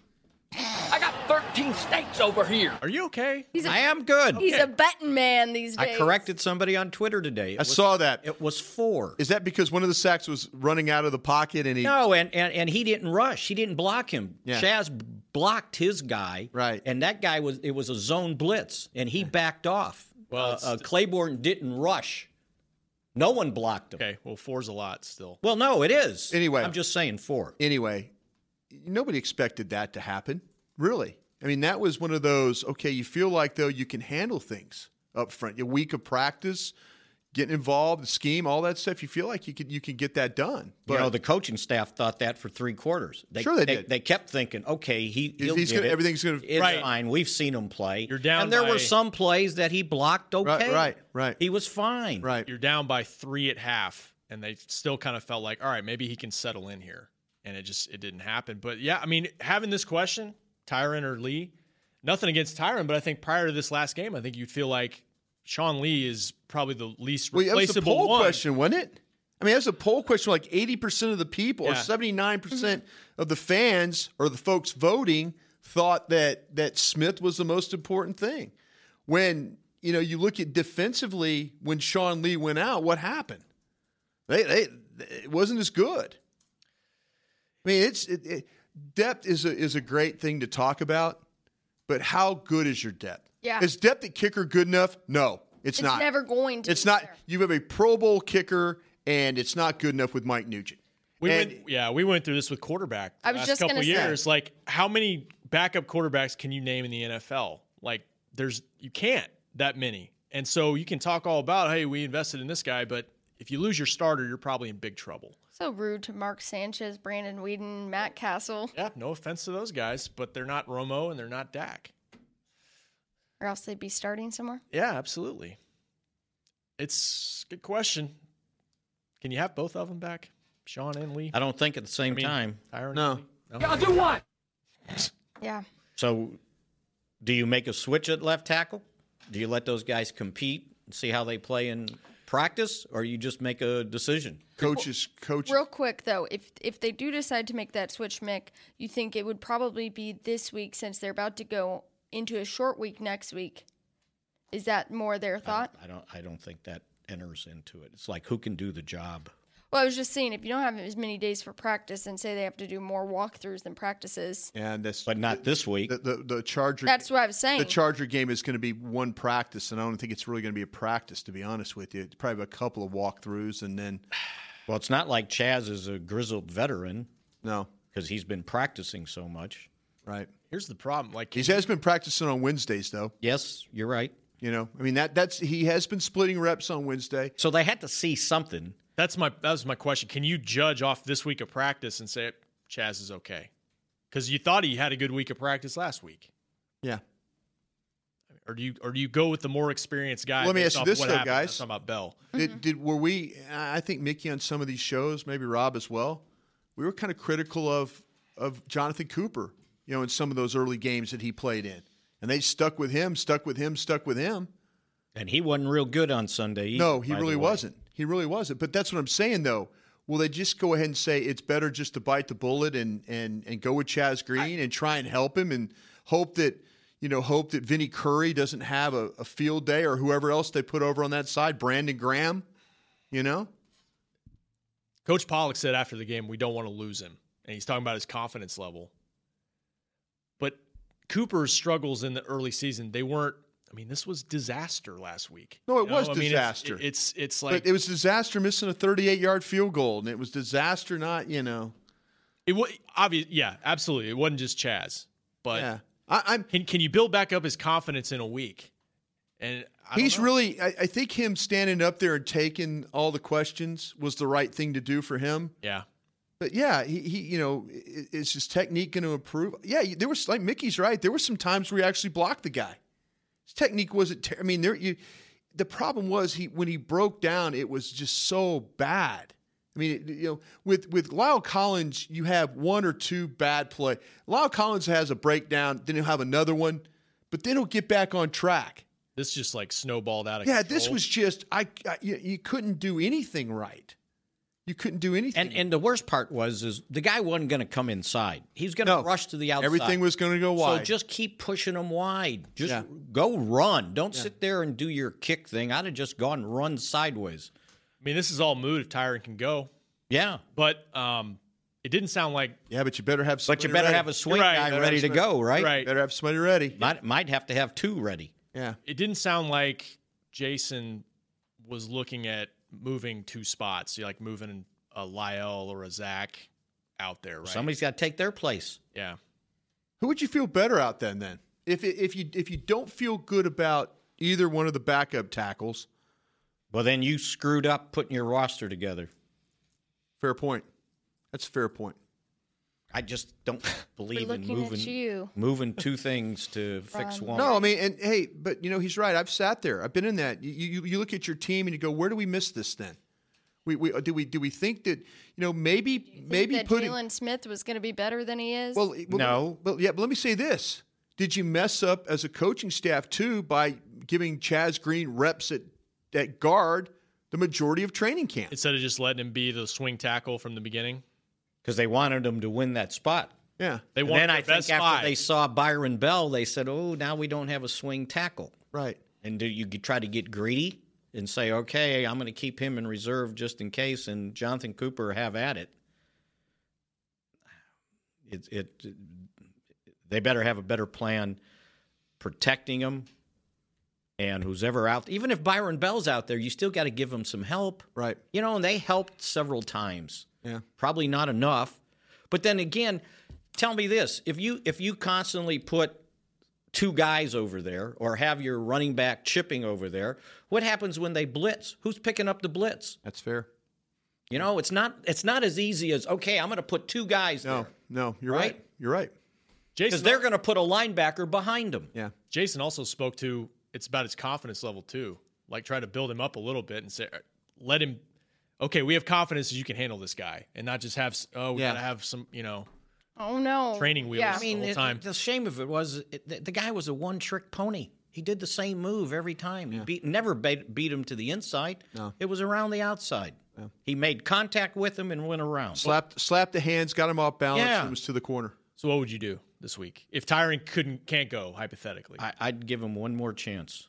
I got 13 states over here. Are you okay? I am good. He's a betting man these I days. corrected somebody on Twitter today. It I saw that. It was four. Is that because one of the sacks was running out of the pocket and he? No, and, and and he didn't rush. He didn't block him. Yeah. Chaz blocked his guy. Right. And that guy was it was a zone blitz, and he backed off. Well, Well, uh, it's- uh, Claiborne didn't rush. No one blocked him. Okay. Well, four's a lot still. Well, no, it is. Anyway. I'm just saying four. Anyway, nobody expected that to happen. Really, I mean, that was one of those. Okay, you feel like though you can handle things up front. A week of practice, getting involved, the scheme, all that stuff. You feel like you could you can get that done. But you know, the coaching staff thought that for three quarters. They, Sure they did. They kept thinking, okay, he, he'll he's get gonna- it. everything's gonna- It's Right. fine. We've seen him play. You're down And there by- were some plays that he blocked. Okay, Right, right, right. He was fine. right, You're down by three at half, and they still kind of felt like, all right, maybe he can settle in here, and it just it didn't happen. But yeah, I mean, having this question, Tyron or Lee, nothing against Tyron, but I think prior to this last game, I think you'd feel like Sean Lee is probably the least well, that replaceable was a poll one. question, wasn't it? I mean, that was a poll question. Like eighty percent of the people, or Yeah. seventy nine percent of the fans, or the folks voting, thought that that Smith was the most important thing. When you know you look at defensively, when Sean Lee went out, what happened? They they it wasn't as good. I mean, it's it, it, depth is a is a great thing to talk about, but how good is your depth? Yeah. is depth at kicker good enough? No, it's, It's not. never going to It's be not. there. You have a Pro Bowl kicker, and it's not good enough with Mike Nugent. We and went, yeah, we went through this with quarterback. The I was last just couple gonna say. years, like how many backup quarterbacks can you name in the NFL? Like there's you can't that many, and so you can talk all about hey, we invested in this guy, but if you lose your starter, you're probably in big trouble. So rude to Mark Sanchez, Brandon Whedon, Matt Castle, Yeah, no offense to those guys, but they're not Romo and they're not Dak. or else they'd be starting somewhere. Yeah, absolutely. It's a good question. Can you have both of them back, Sean and Lee? I don't think at the same mean- time. Tyron and No. Lee? Yeah. So, do you make a switch at left tackle? Do you let those guys compete and see how they play in practice, or you just make a decision? coaches, coaches. Real quick though, if if they do decide to make that switch, Mick, you think it would probably be this week since they're about to go into a short week next week. Is that more their thought? I don't. I don't think that enters into it. It's like who can do the job. Well, I was just saying if you don't have as many days for practice and say they have to do more walkthroughs than practices, and that's But not this week. the, the the Charger. that's what I was saying. the Charger game is going to be one practice, and I don't think it's really going to be a practice. To be honest with you, it's probably a couple of walkthroughs, and then Well, it's not like Chaz is a grizzled veteran no, because he's been practicing so much. right? Here's the problem. Like He has been practicing on Wednesdays, though. Yes, you're right. You know, I mean that that's he has been splitting reps on Wednesday. So they had to see something. That's my that was my question. Can you judge off this week of practice and say Chaz is okay? Because you thought he had a good week of practice last week, Yeah. or do you or do you go with the more experienced guy? Let me ask based you off this, what though, happened? I'm guys. talking about Bell. Did, did were we? I think Mickey on some of these shows, maybe Rob as well. We were kind of critical of of Jonathan Cooper, you know, in some of those early games that he played in, and they stuck with him, stuck with him, stuck with him. And he wasn't real good on Sunday. Either, No, he by the really way. wasn't. He really wasn't. But that's what I'm saying, though. Will they just go ahead and say it's better just to bite the bullet and and and go with Chaz Green and try and help him and hope that you know hope that Vinnie Curry doesn't have a, a field day or whoever else they put over on that side, Brandon Graham, you know? Coach Pollock said after the game, "We don't want to lose him," and he's talking about his confidence level. But Cooper's struggles in the early season, they weren't. I mean, this was disaster last week. No, it You know? was I mean, it's- disaster. it's it's like but it was disaster missing a 38 yard field goal, and it was disaster not you know. it was obvious. Yeah, absolutely. It wasn't just Chaz, but yeah, I, I'm. Can can you build back up his confidence in a week? And I don't He's know. really. I, I think him standing up there and taking all the questions was the right thing to do for him. yeah. But yeah, he, he you know, i- is his technique going to improve? Yeah, you- there was like Mickey's right. There were some times where he actually blocked the guy. His technique wasn't. Ter- I mean, there. You, the problem was he when he broke down, it was just so bad. I mean, it- you know, with with Lyle Collins, you have one or two bad play. Lyle Collins has a breakdown, then he'll have another one, but then he'll get back on track. This just like snowballed out of Yeah, control. this was just I, I you, you couldn't do anything right. You couldn't do anything. And and the worst part was is the guy wasn't going to come inside. He was going to No. rush to the outside. Everything was going to go So wide. just keep pushing them wide. Just Yeah. go run. Don't sit there and do your kick thing. I'd have just gone run sideways. I mean, this is all mood if Tyron can go, Yeah. but um, it didn't sound like yeah, but you better have. But you somebody better ready. have a swing Right. guy Better ready to have a go, right? right. Better have somebody ready. Might, might have to have two ready. Yeah. It didn't sound like Jason was looking at moving two spots, you know, like moving a Lyle or a Zach out there, right? Somebody's got to take their place. yeah. Who would you feel better out then? Then if if you if you don't feel good about either one of the backup tackles, Well, then you screwed up putting your roster together. Fair point. That's a fair point. I just don't believe in looking at moving you. moving two things to fix Ron. one. No, I mean, and hey, but you know, he's right. I've sat there. I've been in that. You, you, you look at your team and you go, where do we miss this then? We, we do we do we think that you know maybe maybe that putting Jalen Smith was going to be better than he is. well, e, well No. but yeah but let me say this did you mess up as a coaching staff too by giving Chaz Green reps at at guard the majority of training camp Instead of just letting him be the swing tackle from the beginning, because they wanted him to win that spot. yeah they And want then their I think best after five. they saw Byron Bell, they said, "Oh, now we don't have a swing tackle." right And do you g- try to get greedy and say, "Okay, I'm going to keep him in reserve just in case," and Jonathan Cooper have at it? It, it, they better have a better plan protecting him, and who's ever out. Even if Byron Bell's out there, you still got to give him some help, Right. You know, and they helped several times yeah probably not enough. But then again, tell me this: if you if you constantly put two guys over there or have your running back chipping over there, what happens when they blitz? Who's picking up the blitz? that's fair You know, it's not it's not as easy as okay, I'm going to put two guys no there no you're Right? right you're right because Jason, they're going to put a linebacker behind them. yeah Jason also spoke to it's about his confidence level too. Like try to build him up a little bit and say, let him. Okay, we have confidence that you can handle this guy, and not just have s- oh we Yeah. gotta have some you know oh no, training wheels. Yeah, I mean, The whole time. the shame of it was it, the, the guy was a one trick pony. He did the same move every time. He beat, never beat, beat him to the inside. No. It was around the outside. He made contact with him and went around. slapped slapped the hands got him off balance Yeah. and was to the corner So what would you do this week if Tyron couldn't can't go hypothetically? I, I'd give him one more chance,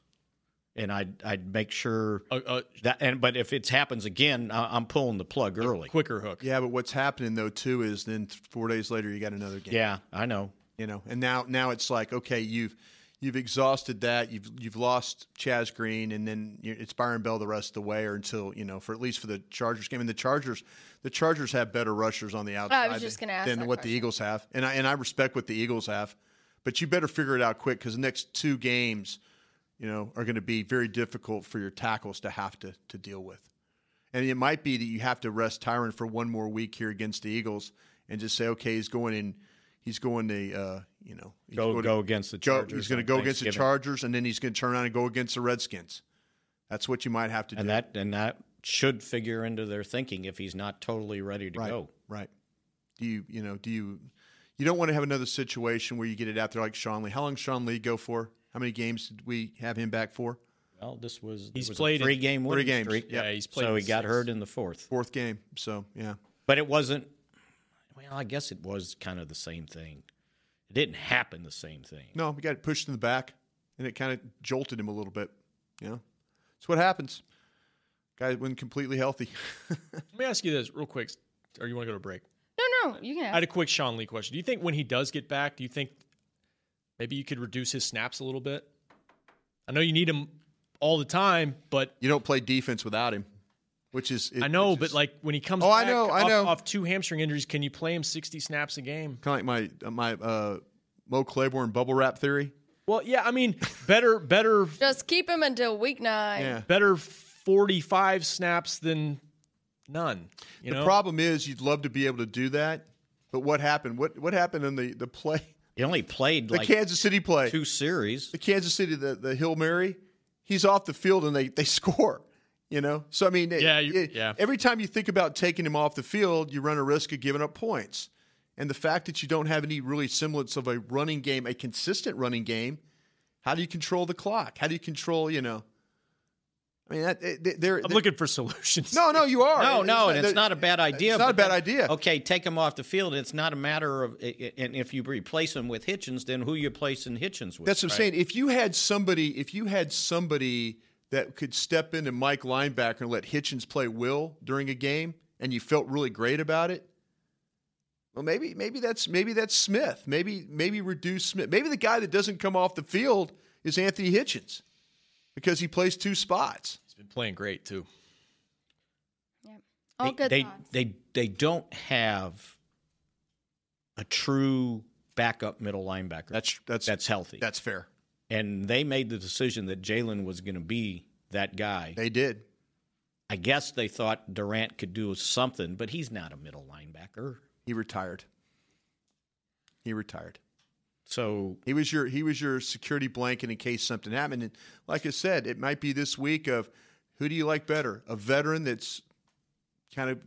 and I'd I'd make sure A- a that. And but if it happens again, I, I'm pulling the plug early. quicker hook. yeah but what's happening though too is then th- four days later you got another game Yeah, I know. you know and now now it's like okay you've you've exhausted that you've you've lost chaz green and then you it's byron bell the rest of the way or until you know for at least for the chargers game and the chargers the chargers have better rushers on the outside just than, gonna ask than that what the question. eagles have and i and i respect what the eagles have but you better figure it out quick because the next two games you know are going to be very difficult for your tackles to have to to deal with and it might be that you have to rest Tyron for one more week here against the Eagles and just say, okay, he's going in, he's going to, uh, you know, he's Go- going go against the Chargers he's going to on go against the Thanksgiving. Chargers, and then he's going to turn around and go against the Redskins. That's what you might have to do. And that and that should figure into their thinking if he's not totally ready to right, go. right. Do you, you know, do you, you don't want to have another situation where you get it out there like Sean Lee. How long did Sean Lee go for? How many games did we have him back for? Well, this was He's there was played a in- three game Three winning games, streak. yeah. Yeah, he's played so he in got six. hurt in the fourth, Fourth game. So yeah, but it wasn't. Well, I guess it was kind of the same thing. It didn't happen the same thing. no, we got pushed in the back, and it kind of jolted him a little bit. You know, it's what happens. Guy wasn't completely healthy. Let me ask you this real quick, or you want to go to break? no, no, you can I had ask. a quick Sean Lee question. Do you think when he does get back, do you think maybe you could reduce his snaps a little bit? I know you need him all the time, but You don't play defense without him, which is I know. which But is like when he comes Oh, I back know, I off, know. off two hamstring injuries, can you play him sixty snaps a game? kind of like my uh, my uh, Mo Claiborne bubble wrap theory. Well, yeah. I mean, better, better, Just keep him until week nine. Yeah. better forty-five snaps than none. You the know, problem is, you'd love to be able to do that, but what happened? What what happened in the the play? He only played The like Kansas City play, two series. the Kansas City the the Hill Mary. He's off the field and they they score. You know, so I mean, it- Yeah, you- it- yeah. Every time you think about taking him off the field, you run a risk of giving up points. And the fact that you don't have any really semblance of a running game, a consistent running game, how do you control the clock? How do you control? You know, I mean, that, it- they- they're, I'm they- looking for solutions. No, no, you are. No, It- no, and it's that- not a bad idea. It's not a but bad then- idea. Okay, take him off the field. It's not a matter of, i- i- and if you replace him with Hitchens, then who you placing Hitchens with? That's what I'm saying. If you had somebody, if you had somebody that could step into Mike linebacker and let Hitchens play Will during a game, and you felt really great about it, well, maybe maybe that's maybe that's Smith. Maybe maybe reduce Smith. Maybe the guy that doesn't come off the field is Anthony Hitchens because he plays two spots. He's been playing great too. All they, good they, thoughts. they they don't have a true backup middle linebacker. That's that's that's healthy. that's fair. and they made the decision that Jalen was going to be that guy, They did. I guess they thought Durant could do something, but he's not a middle linebacker. He retired. He retired. So He was your he was your security blanket in case something happened. And like I said, it might be this week of who do you like better? A veteran that's kind of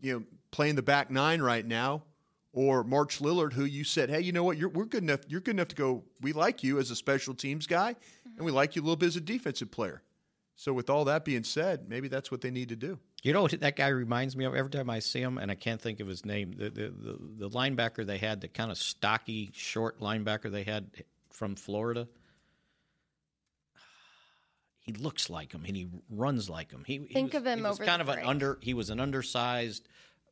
you know playing the back nine right now, or March Lillard, who you said, hey, you know what, you're we're good enough. You're good enough to go. We like you as a special teams guy, and we like you a little bit as a defensive player. So with all that being said, maybe that's what they need to do. You know what that guy reminds me of? Every time I see him, and I can't think of his name, the the, the, the linebacker they had, the kind of stocky, short linebacker they had from Florida. He looks like him, and he runs like him. He he Think was- of him he was over kind the of an break. under. He was an undersized,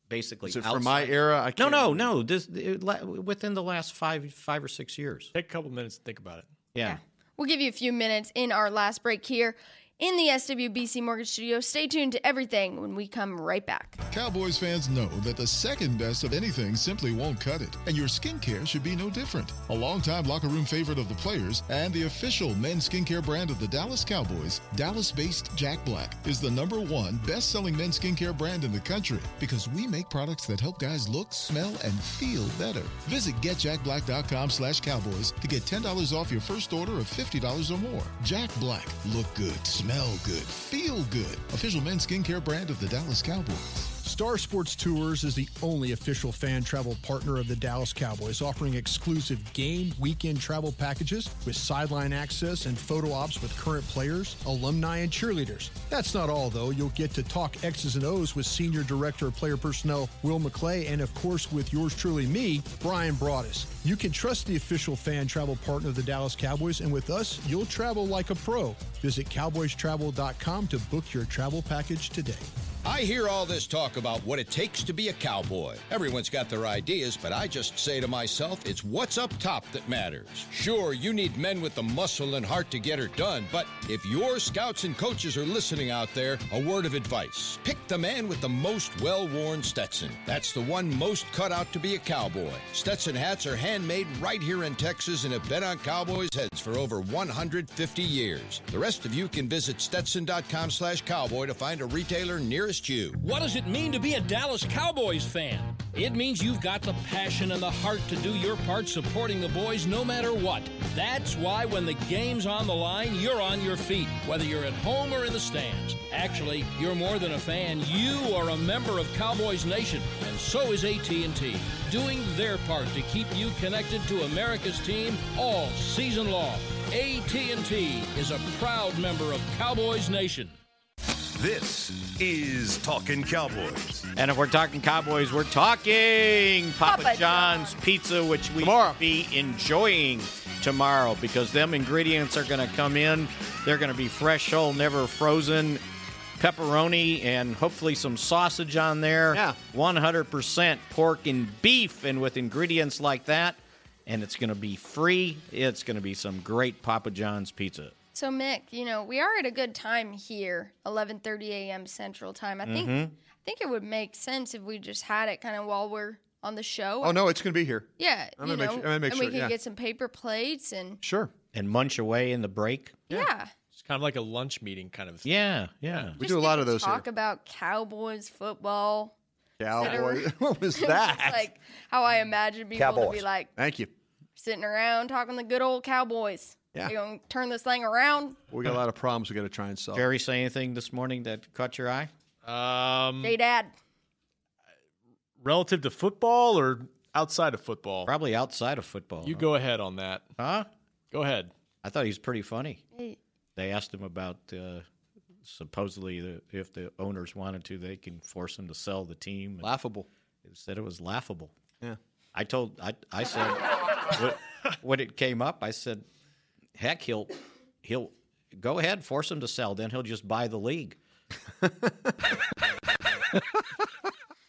basically. Is it from my outside- era? I No, can't no, remember. no. This it, la- within the last five five or six years. Take a couple minutes to think about it. Yeah. We'll give you a few minutes in our last break here in the SWBC Mortgage Studio. Stay tuned to everything when we come right back. Cowboys fans know that the second best of anything simply won't cut it, and your skincare should be no different. A longtime locker room favorite of the players and the official men's skincare brand of the Dallas Cowboys, Dallas based Jack Black, is the number one best selling men's skincare brand in the country because we make products that help guys look, smell, and feel better. Visit getjackblack.com slash cowboys to get $10 off your first order of $50 or more. Jack Black, look good, smell good, feel good. Official men's skincare brand of the Dallas Cowboys. Star Sports Tours is the only official fan travel partner of the Dallas Cowboys, offering exclusive game weekend travel packages with sideline access and photo ops with current players, alumni, and cheerleaders. That's not all, though. You'll get to talk X's and O's with Senior Director of Player Personnel Will McClay, and of course, with yours truly, me, Brian Broaddus. You can trust the official fan travel partner of the Dallas Cowboys, and with us, you'll travel like a pro. Visit cowboystravel.com to book your travel package today. I hear all this talk about what it takes to be a cowboy. Everyone's got their ideas, but I just say to myself, it's what's up top that matters. Sure, you need men with the muscle and heart to get her done, but if your scouts and coaches are listening out there, a word of advice. Pick the man with the most well worn Stetson. That's the one most cut out to be a cowboy. Stetson hats are handmade right here in Texas and have been on cowboys' heads for over 150 years. The rest of you can visit stetson.com slash cowboy to find a retailer nearest you. What does it mean to be a Dallas Cowboys fan? It means you've got the passion and the heart to do your part supporting the boys no matter what. That's why when the game's on the line, you're on your feet, whether you're at home or in the stands. Actually, you're more than a fan. You are a member of Cowboys Nation, and so is AT&T, doing their part to keep you connected to America's team all season long. AT&T is a proud member of Cowboys Nation. This is Talking Cowboys. And if we're talking Cowboys, we're talking Papa, Papa John's Pizza, which we will be enjoying tomorrow because them ingredients are going to come in. They're going to be fresh, whole, never frozen. Pepperoni and hopefully some sausage on there. Yeah. 100% pork and beef. And with ingredients like that, and it's going to be free, it's going to be some great Papa John's Pizza. So Mick, you know, we are at a good time here, 11:30 a.m. Central Time. I think Mm-hmm. Mhm. I think it would make sense if we just had it kind of while we're on the show. Oh no, it's going to be here. Yeah, I'm you gonna make know, sure- I'm gonna make and we sure, can yeah. get some paper plates and Sure. And munch away in the break. yeah, It's kind of like a lunch meeting kind of thing. Yeah, yeah. We do a lot of those here. talk about Cowboys football. Cowboy. Center. what was It's that? like how I imagine people to be like Thank you. sitting around talking the good old Cowboys. Yeah. You gonna turn this thing around? We got a lot of problems we got to try and solve. Jerry say anything this morning that caught your eye? Mm. Um, Hey, Dad. relative to football or outside of football? Probably outside of football. You go ahead on that. Huh? Go ahead. I thought he was pretty funny. Hey. They asked him about uh, supposedly the, if the owners wanted to, they can force him to sell the team. Laughable. They said it was laughable. Yeah. I told I I said when- when it came up, I said, "Heck, he'll he'll go ahead, force him to sell. Then he'll just buy the league."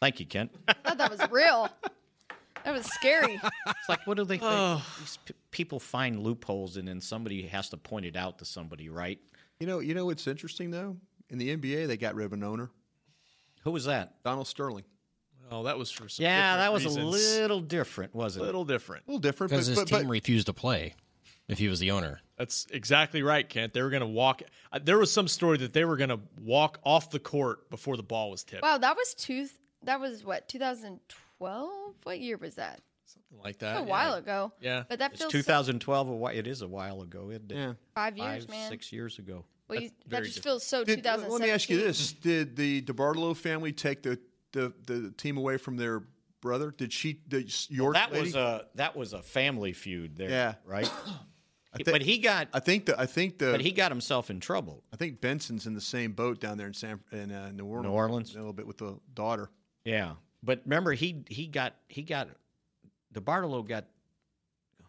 Thank you, Kent. I thought that was real. That was scary. It's like, what do they think? These p- people find loopholes, and then somebody has to point it out to somebody, right? You know, you know what's interesting though? In the NBA, they got rid of an owner, Who was that? Donald Sterling. Oh, that was for some Yeah, different that was a reasons. little different, wasn't it? little different. A little different, Because but, his but, team but refused to play if he was the owner. That's exactly right, Kent. They were going to walk. uh, There was some story that they were going to walk off the court before the ball was tipped. Wow, that was two. That was what 2012. What year was that? like That's that. a while ago. Uh, Yeah, but that it's feels 2012. A while, it is a while ago. Isn't it? Yeah. Five years, man. six years ago. Well, you, that just feels so Did- uh, 2017. Let me ask you this: Did the DeBartolo family take the, the, the team away from their brother? Did she? The, your that lady? was a that was a family feud there. Yeah. right. I but he got. I think the. I think the. But he got himself in trouble. I think Benson's in the same boat down there in San in uh, New Orleans. New Orleans. a little bit with the daughter. Yeah, but remember he he got he got DeBartolo got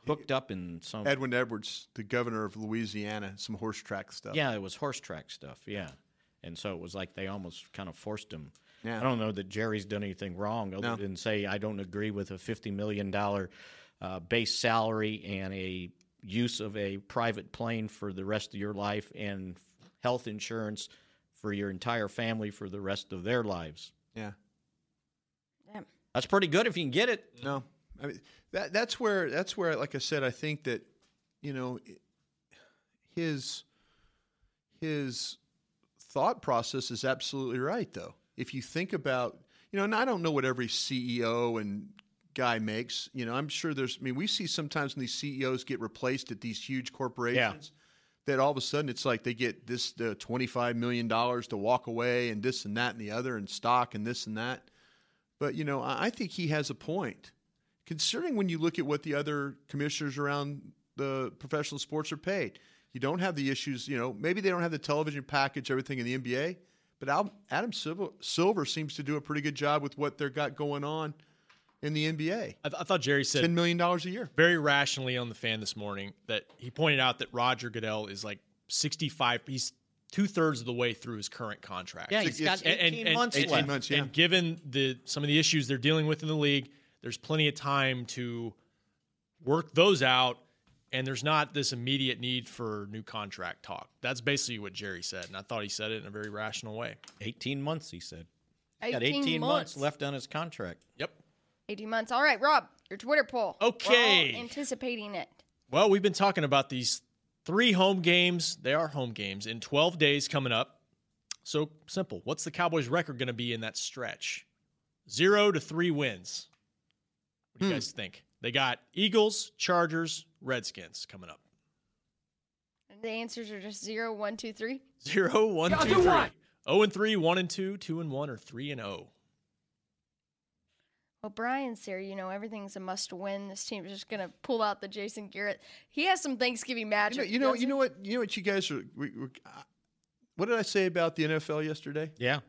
hooked up in some Edwin Edwards, the governor of Louisiana, some horse track stuff. Yeah, it was horse track stuff. Yeah, and so it was like they almost kind of forced him. Yeah. I don't know that Jerry's done anything wrong other No. than say I don't agree with a fifty million dollar uh, base salary and a use of a private plane for the rest of your life and health insurance for your entire family for the rest of their lives. Yeah. Damn. That's pretty good if you can get it. No, I mean that that's where that's where like I said, I think that you know i- his his thought process is absolutely right though. If you think about you know, and I don't know what every CEO and guy makes. You know, I'm sure there's. I mean, we see sometimes when these CEOs get replaced at these huge corporations. That all of a sudden it's like they get this uh, twenty five million dollars to walk away and this and that and the other and stock and this and that. But you know, I I think he has a point. Considering when you look at what the other commissioners around the professional sports are paid, you don't have the issues. You know, maybe they don't have the television package, everything in the NBA. But Al- Adam Silver, Silver seems to do a pretty good job with what they've got going on in the NBA. I, th- I thought Jerry said ten million dollars a year. very rationally on the fan this morning that he pointed out that Roger Goodell is like 65. He's two thirds of the way through his current contract. Yeah, he's got 18 months and, left. months, yeah. And given the some of the issues they're dealing with in the league, there's plenty of time to work those out. And there's not this immediate need for new contract talk. That's basically what Jerry said, and I thought he said it in a very rational way. 18 months, he said. He's got 18 18 months. months. left on his contract. Yep. 18 months. All right, Rob, your Twitter poll. We're all Okay. anticipating it. Well, we've been talking about these three home games. They are home games in 12 days coming up. So simple. What's the Cowboys' record going to be in that stretch? Zero to three wins. What Hmm. do you guys think? They got Eagles, Chargers, Redskins coming up. The answers are just zero, one, two, three. Zero, one, Y'all two, do three. what? Oh and three, one and two, two and one, or three and oh. Well, Brian's there. You know, everything's a must win. This team's just going to pull out the Jason Garrett. He has some Thanksgiving You magic. know, you know, doesn't you know what, you know what you guys are. We, we, uh, what did I say about the NFL yesterday? Yeah.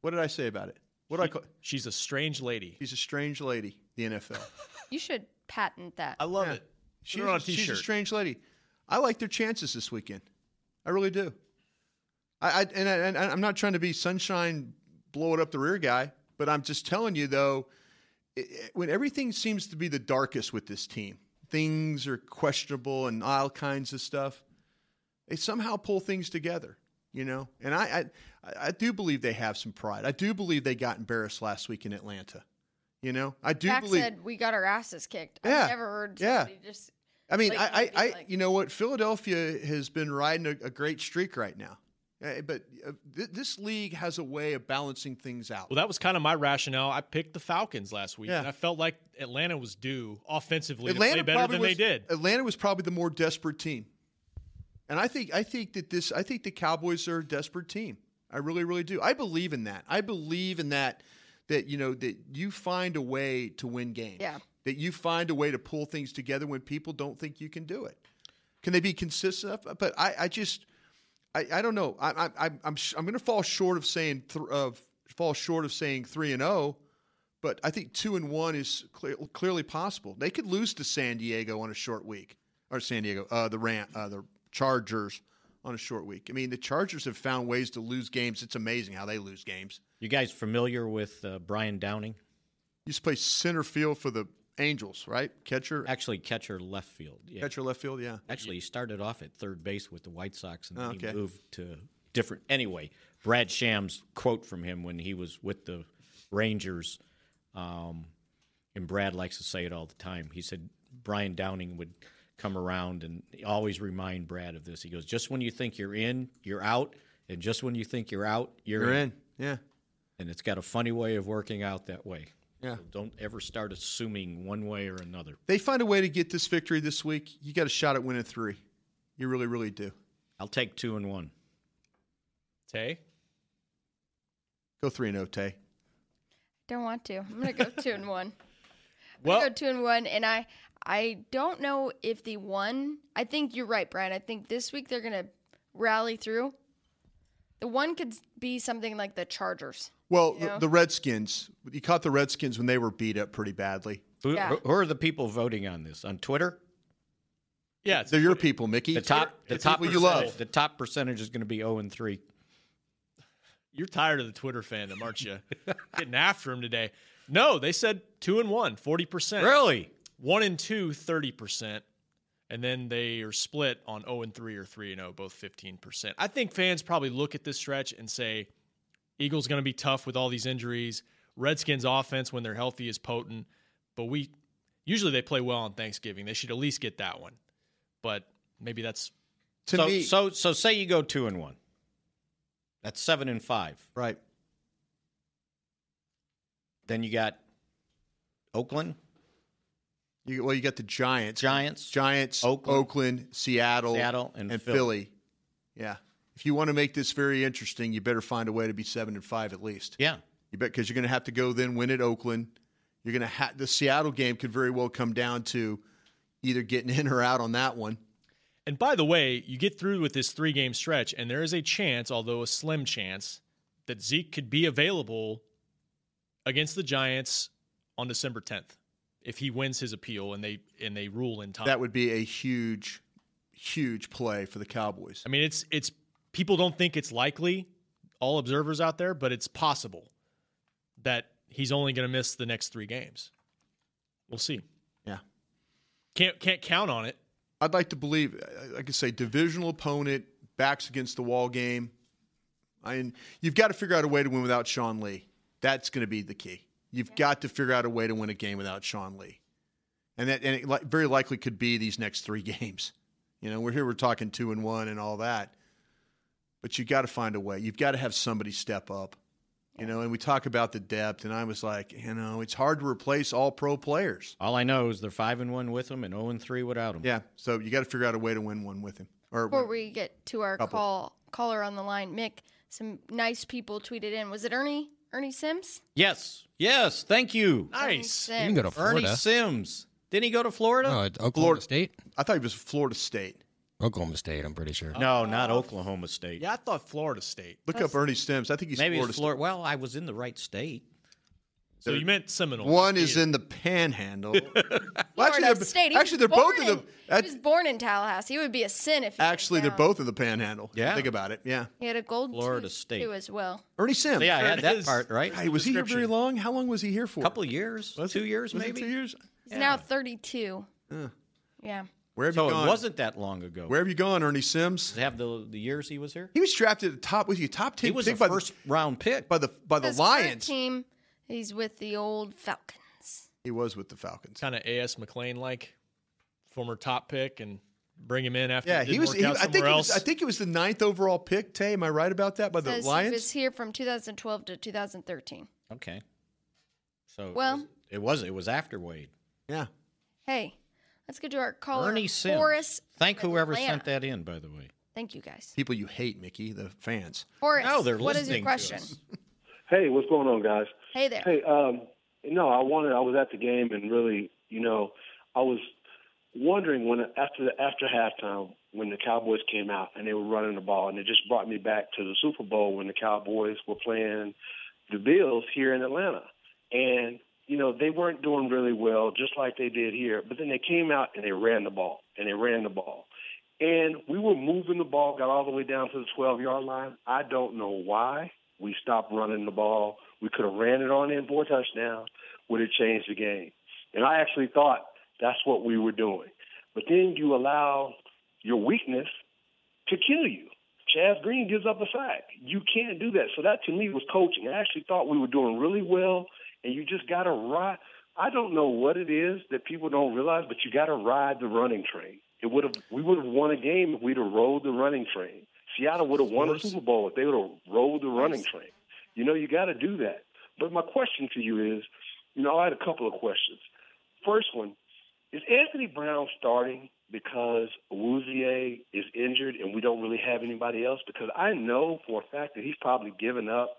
What did I say about it? What did I call? She's a strange lady. She's a strange lady. The NFL. he? You should patent that. I love it. She's, her on a she's a t-shirt. strange lady. I like their chances this weekend. I really do. I, I and, I and I'm not trying to be sunshine, blow it up the rear guy, but I'm just telling you though, i i- when everything seems to be the darkest with this team, things are questionable and all kinds of stuff. They somehow pull things together, you know. And I, I, I do believe they have some pride. I do believe they got embarrassed last week in Atlanta. You know, I do Zach believe. said we got our asses kicked. Yeah. I've never heard Yeah. somebody just. I mean, Like, I, you'd be I, I like- you know what? Philadelphia has been riding a, a great streak right now, Uh, but uh, th- this league has a way of balancing things out. Well, that was kind of my rationale. I picked the Falcons last week, Yeah. and I felt like Atlanta was due offensively Atlanta to play better probably than was, they did. Atlanta was probably the more desperate team, and I think I think that this I think the Cowboys are a desperate team. I really, really do. I believe in that. I believe in that that you know that you find a way to win games. Yeah. That you find a way to pull things together when people don't think you can do it. Can they be consistent? enough? But I, I just, I, I don't know. I, I, I'm, I'm, sh- I'm going to fall short of saying th- of fall short of saying three and zero, but I think two and one is clear, clearly possible. They could lose to San Diego on a short week, or San Diego, uh, the Ram, uh, the Chargers on a short week. I mean, the Chargers have found ways to lose games. It's amazing how they lose games. You guys familiar with uh, Brian Downing? Used to play center field for the Angels, right? Catcher, actually catcher left field. Yeah. catcher left field. Yeah, Actually, he started off at third base with the White Sox, and then Oh, okay. he moved to different. Anyway, Brad Sham's quote from him when he was with the Rangers, um, and Brad likes to say it all the time. He said Brian Downing would come around and always remind Brad of this. He goes, just when you think you're in, you're out, and just when you think you're out, you're, You're in. Yeah. And it's got a funny way of working out that way. Yeah. So don't ever start assuming one way or another. They find a way to get this victory this week. You got a shot at winning three. You really, really do. I'll take two and one. Tay? Go three and oh, Tay. Don't want to. I'm gonna go two and one. I'm Well- gonna go two and one, and I I don't know if the one. I think you're right, Brian. I think this week they're gonna rally through. The one could be something like the Chargers. Well, you the, know? the Redskins. You caught the Redskins when they were beat up pretty badly. Who, Yeah. who are the people voting on this? On Twitter? Yeah, they're your people, Mickey. The top, the It's top people you percentage- love. The top percentage is going to be zero and three. You're tired of the Twitter fandom, aren't you? Getting after him today. No, they said two and one, 40%. Really? One and two, 30%. And then they are split on 0 and 3 or 3 and 0, both 15%. I think fans probably look at this stretch and say, Eagles going to be tough with all these injuries. Redskins offense when they're healthy is potent, but we usually they play well on Thanksgiving. They should at least get that one. But maybe that's so, so so say you go two and one. That's seven and five. Right. Then you got Oakland, You, well, you got the Giants. Giants. Giants. Oakland. Oakland. Seattle. Seattle, and Philly. Philly. Yeah. If you want to make this very interesting, you better find a way to be seven and five at least. Yeah. You bet because you're going to have to go then win at Oakland. You're going to have the Seattle game could very well come down to either getting in or out on that one. And by the way, you get through with this three game stretch, and there is a chance, although a slim chance, that Zeke could be available against the Giants on December 10th if he wins his appeal and they and they rule in time. That would be a huge, huge play for the Cowboys. I mean, it's it's people don't think it's likely, all observers out there, but it's possible that he's only going to miss the next three games. We'll see. Yeah. Can't can't count on it. I'd like to believe, I- I could say, divisional opponent, backs against the wall game. I, and you've got to figure out a way to win without Sean Lee. That's going to be the key. You've got to figure out a way to win a game without Sean Lee, and that and it li- very likely could be these next three games. You know, we're here, we're talking two and one and all that, but you got to find a way. You've got to have somebody step up. You know, and we talk about the depth, and I was like, you know, it's hard to replace all pro players. All I know is they're five and one with him and zero and three without him. Yeah, so you got to figure out a way to win one with him. Or Before we get to our Couple. call caller on the line, Mick, some nice people tweeted in. Was it Ernie? Ernie Sims? Yes. Yes. Thank you. Nice. You can go to Florida. Ernie Sims. Didn't he go to Florida? No, Oh, Oklahoma State. I thought he was Florida State. Oklahoma State. I'm pretty sure. No, not Oh. Oklahoma State. Yeah, I thought Florida State. Look up Ernie Sims. I think he's Maybe Florida it's Florida. Well, I was in the right state. So you meant Seminole. One is in the Panhandle. well, actually, Florida they're, State. He actually, was they're both born in the. in- he was born in Tallahassee. It would be a sin if he Actually, they're both in the Panhandle. Yeah. think about it. Yeah, he had a gold Florida tooth, State. too as well. Ernie Sims. Yeah, I had that part right. Hey, was he here very long? How long was he here for? A couple years. two years, maybe. Two years. He's now 32. Uh, Yeah. where have so you it gone? wasn't that long ago. Where have you gone, Ernie Sims? Does it have the the years he was here? He was drafted at the top with you, top ten. He was pick a by first round pick by the by the His current Lions. team, he's with the old Falcons. He was with the Falcons. kind of AS McLean like, former top pick, and bring him in after. Yeah, it didn't he was. work he- out I think. It somewhere was, else. I think it was the ninth overall pick. Tay, am I right about that? By the Says Lions. he was here from 2012 to 2013. Okay. So it Well- was- it was it was after Wade. Yeah. Hey, let's get to our caller. Ernie Sims. Horace. Thank whoever Atlanta. sent that in, by the way. Thank you guys. People you hate, Mickey, the fans. Horace. No, they're What is your listening to question? us. Hey, what's going on, guys? Hey there. Hey, um, no, I wanted. I was at the game and really, you know, I was wondering when after the after halftime when the Cowboys came out and they were running the ball, and it just brought me back to the Super Bowl when the Cowboys were playing the Bills here in Atlanta, and you know they weren't doing really well, just like they did here. But then they came out and they ran the ball and they ran the ball. And we were moving the ball, got all the way down to the 12 yard line. I don't know why we stopped running the ball. We could have ran it on in for a touchdown, would have changed the game. And I actually thought that's what we were doing. But then you allow your weakness to kill you. Chaz Green gives up a sack. You can't do that. So that to me was coaching. I actually thought we were doing really well, and you just got to ride, I don't know what it is that people don't realize, but you got to ride the running train. It would have we would have won a game if we'd have rode the running train. Seattle would have won a Super Bowl if they would have rode the running train. You know, you got to do that. But my question to you is, you know, I had a couple of questions. First one is Anthony Brown starting because Wouzier is injured and we don't really have anybody else? Because I know for a fact that he's probably given up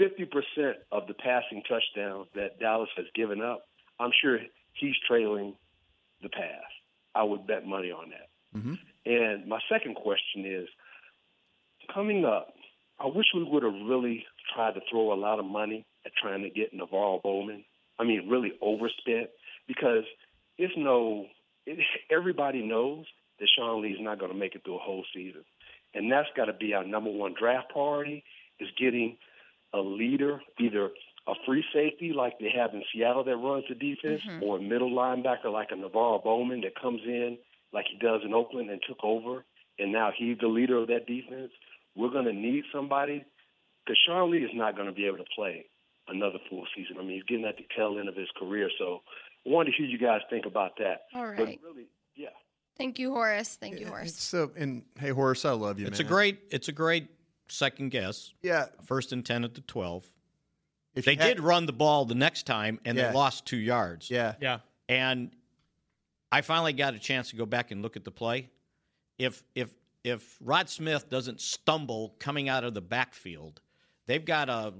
50% of the passing touchdowns that Dallas has given up, I'm sure he's trailing the pass. I would bet money on that. And my second question is coming up, I wish we would have really tried to throw a lot of money at trying to get Navarro Bowman. I mean, really overspent because it's no, it, everybody knows that Sean Lee's not going to make it through a whole season. And that's got to be our number one draft priority is getting a leader, either a free safety like they have in Seattle that runs the defense, Mhm. or a middle linebacker like a Navarro Bowman that comes in like he does in Oakland and took over, and now he's the leader of that defense. We're going to need somebody because Sean Lee is not going to be able to play another full season. I mean, he's getting at the tail end of his career, so I wanted to hear you guys think about that. All uh, But right. really, yeah. Thank you, Horace. Thank you, Horace. So, and hey, Horace, I love you. It's man. a great. It's a great second guess. Yeah. First and ten at the twelve. If they you had- did run the ball the next time and Yeah. they lost two yards. Yeah. Yeah. And I finally got a chance to go back and look at the play. If if if Rod Smith doesn't stumble coming out of the backfield, they've got a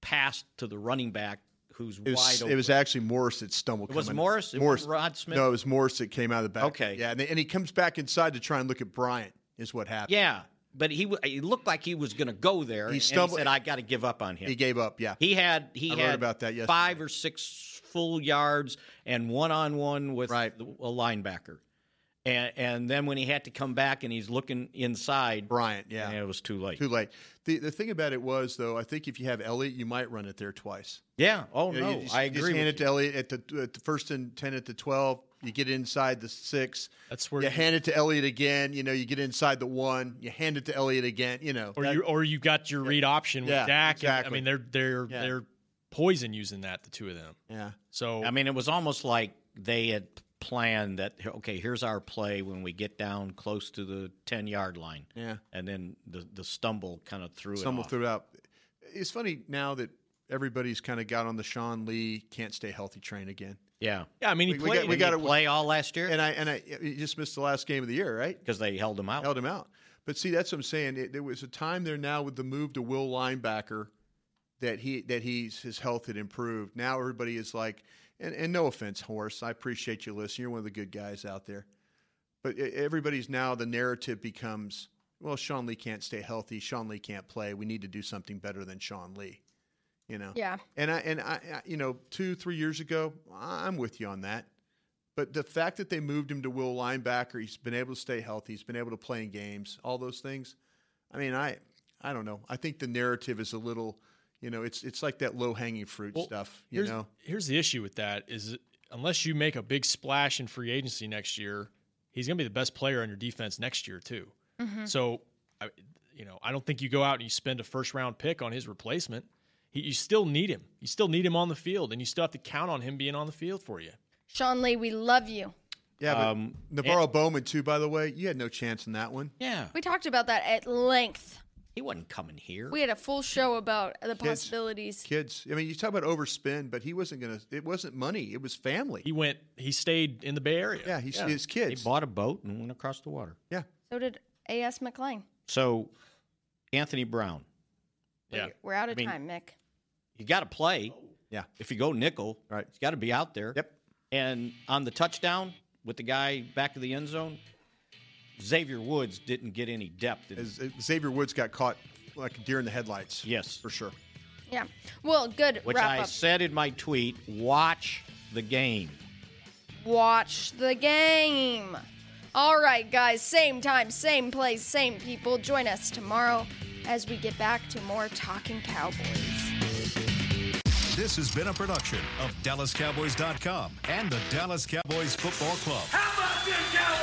pass to the running back who's It was, wide open. it was actually Morris that stumbled. It was coming- Morris? It Morris. wasn't Rod Smith? No, it was Morris that came out of the back. Okay. Yeah, and, and he comes back inside to try and look at Bryant. Is what happened. yeah, but he, w- he looked like he was going to go there. and stumbled- he said, "I got to give up on him." He gave up. Yeah. He had he I wrote had about that yesterday. five or six full yards and one on one with the- a linebacker, and and then when he had to come back and he's looking inside Bryant, yeah, it was too late. Too late. The the thing about it was though, I think if you have Elliott, you might run it there twice. Yeah. Oh You know, no, you just, I you agree. Just hand with it to Elliott at the, at the first and ten at the twelve. You get inside the six. That's where you you- hand it to Elliott again. You know, you get inside the one. You hand it to Elliott again. You know, Or That- you or you got your read option with Yeah, Dak. And, I exactly. mean, they're they're they're poison using that the two of them. Yeah. So I mean, it was almost like they had planned that. Okay, here's our play when we get down close to the ten yard line. Yeah. and then the the stumble kind of threw stumble it. off. threw it out. It's funny now that everybody's kind of got on the Sean Lee can't stay healthy train again. Yeah. Yeah, I mean, he We- we played. got- we got to to play all last year, and I and I he just missed the last game of the year, right? Because they held him out. Held him out. But see, that's what I'm saying. It, there was a time there now with the move to Will linebacker that he that he's his health had improved. Now everybody is like, and, and no offense, Horace, I appreciate you listening. You're one of the good guys out there. But e- everybody's now the narrative becomes, well, Sean Lee can't stay healthy. Sean Lee can't play. We need to do something better than Sean Lee. You know. Yeah. And I and I, I you know, two three years ago, I- I'm with you on that. But the fact that they moved him to will linebacker, he's been able to stay healthy, he's been able to play in games, all those things. I mean, I I don't know. I think the narrative is a little, you know, it's it's like that low hanging fruit stuff. You here's, know, here's the issue with that is it- unless you make a big splash in free agency next year, he's going to be the best player on your defense next year too. Mm-hmm. Mhm. So, I, you know, I don't think you go out and you spend a first round pick on his replacement. He, you still need him. You still need him on the field, and you still have to count on him being on the field for you. Sean Lee, we love you. yeah. But Um, Navarro Bowman too, by the way, you had no chance in that one. Yeah, We talked about that at length. he wasn't coming here. We had a full show about the Kids. possibilities. Kids, I mean, you talk about overspend, but he wasn't gonna. It wasn't money; it was family. He went. He stayed in the Bay Area. Yeah, he's his kids. He bought a boat and went across the water. Yeah. So did A.S. McLean. So, Anthony Brown. Yeah. We're out of I mean, time, Mick. You got to play. Yeah. If you go nickel, right, it's got to be out there. Yep. And on the touchdown with the guy back of the end zone, Xavier Woods didn't get any depth. As- uh, Xavier Woods got caught like a deer in the headlights. Yes, for sure. Yeah. Well, good Which wrap I up. said in my tweet: watch the game. Watch the game. All right, guys, same time, same place, same people. Join us tomorrow as we get back to more Talking Cowboys. This has been a production of DallasCowboys.com and the Dallas Cowboys Football Club. How about this, Cowboys?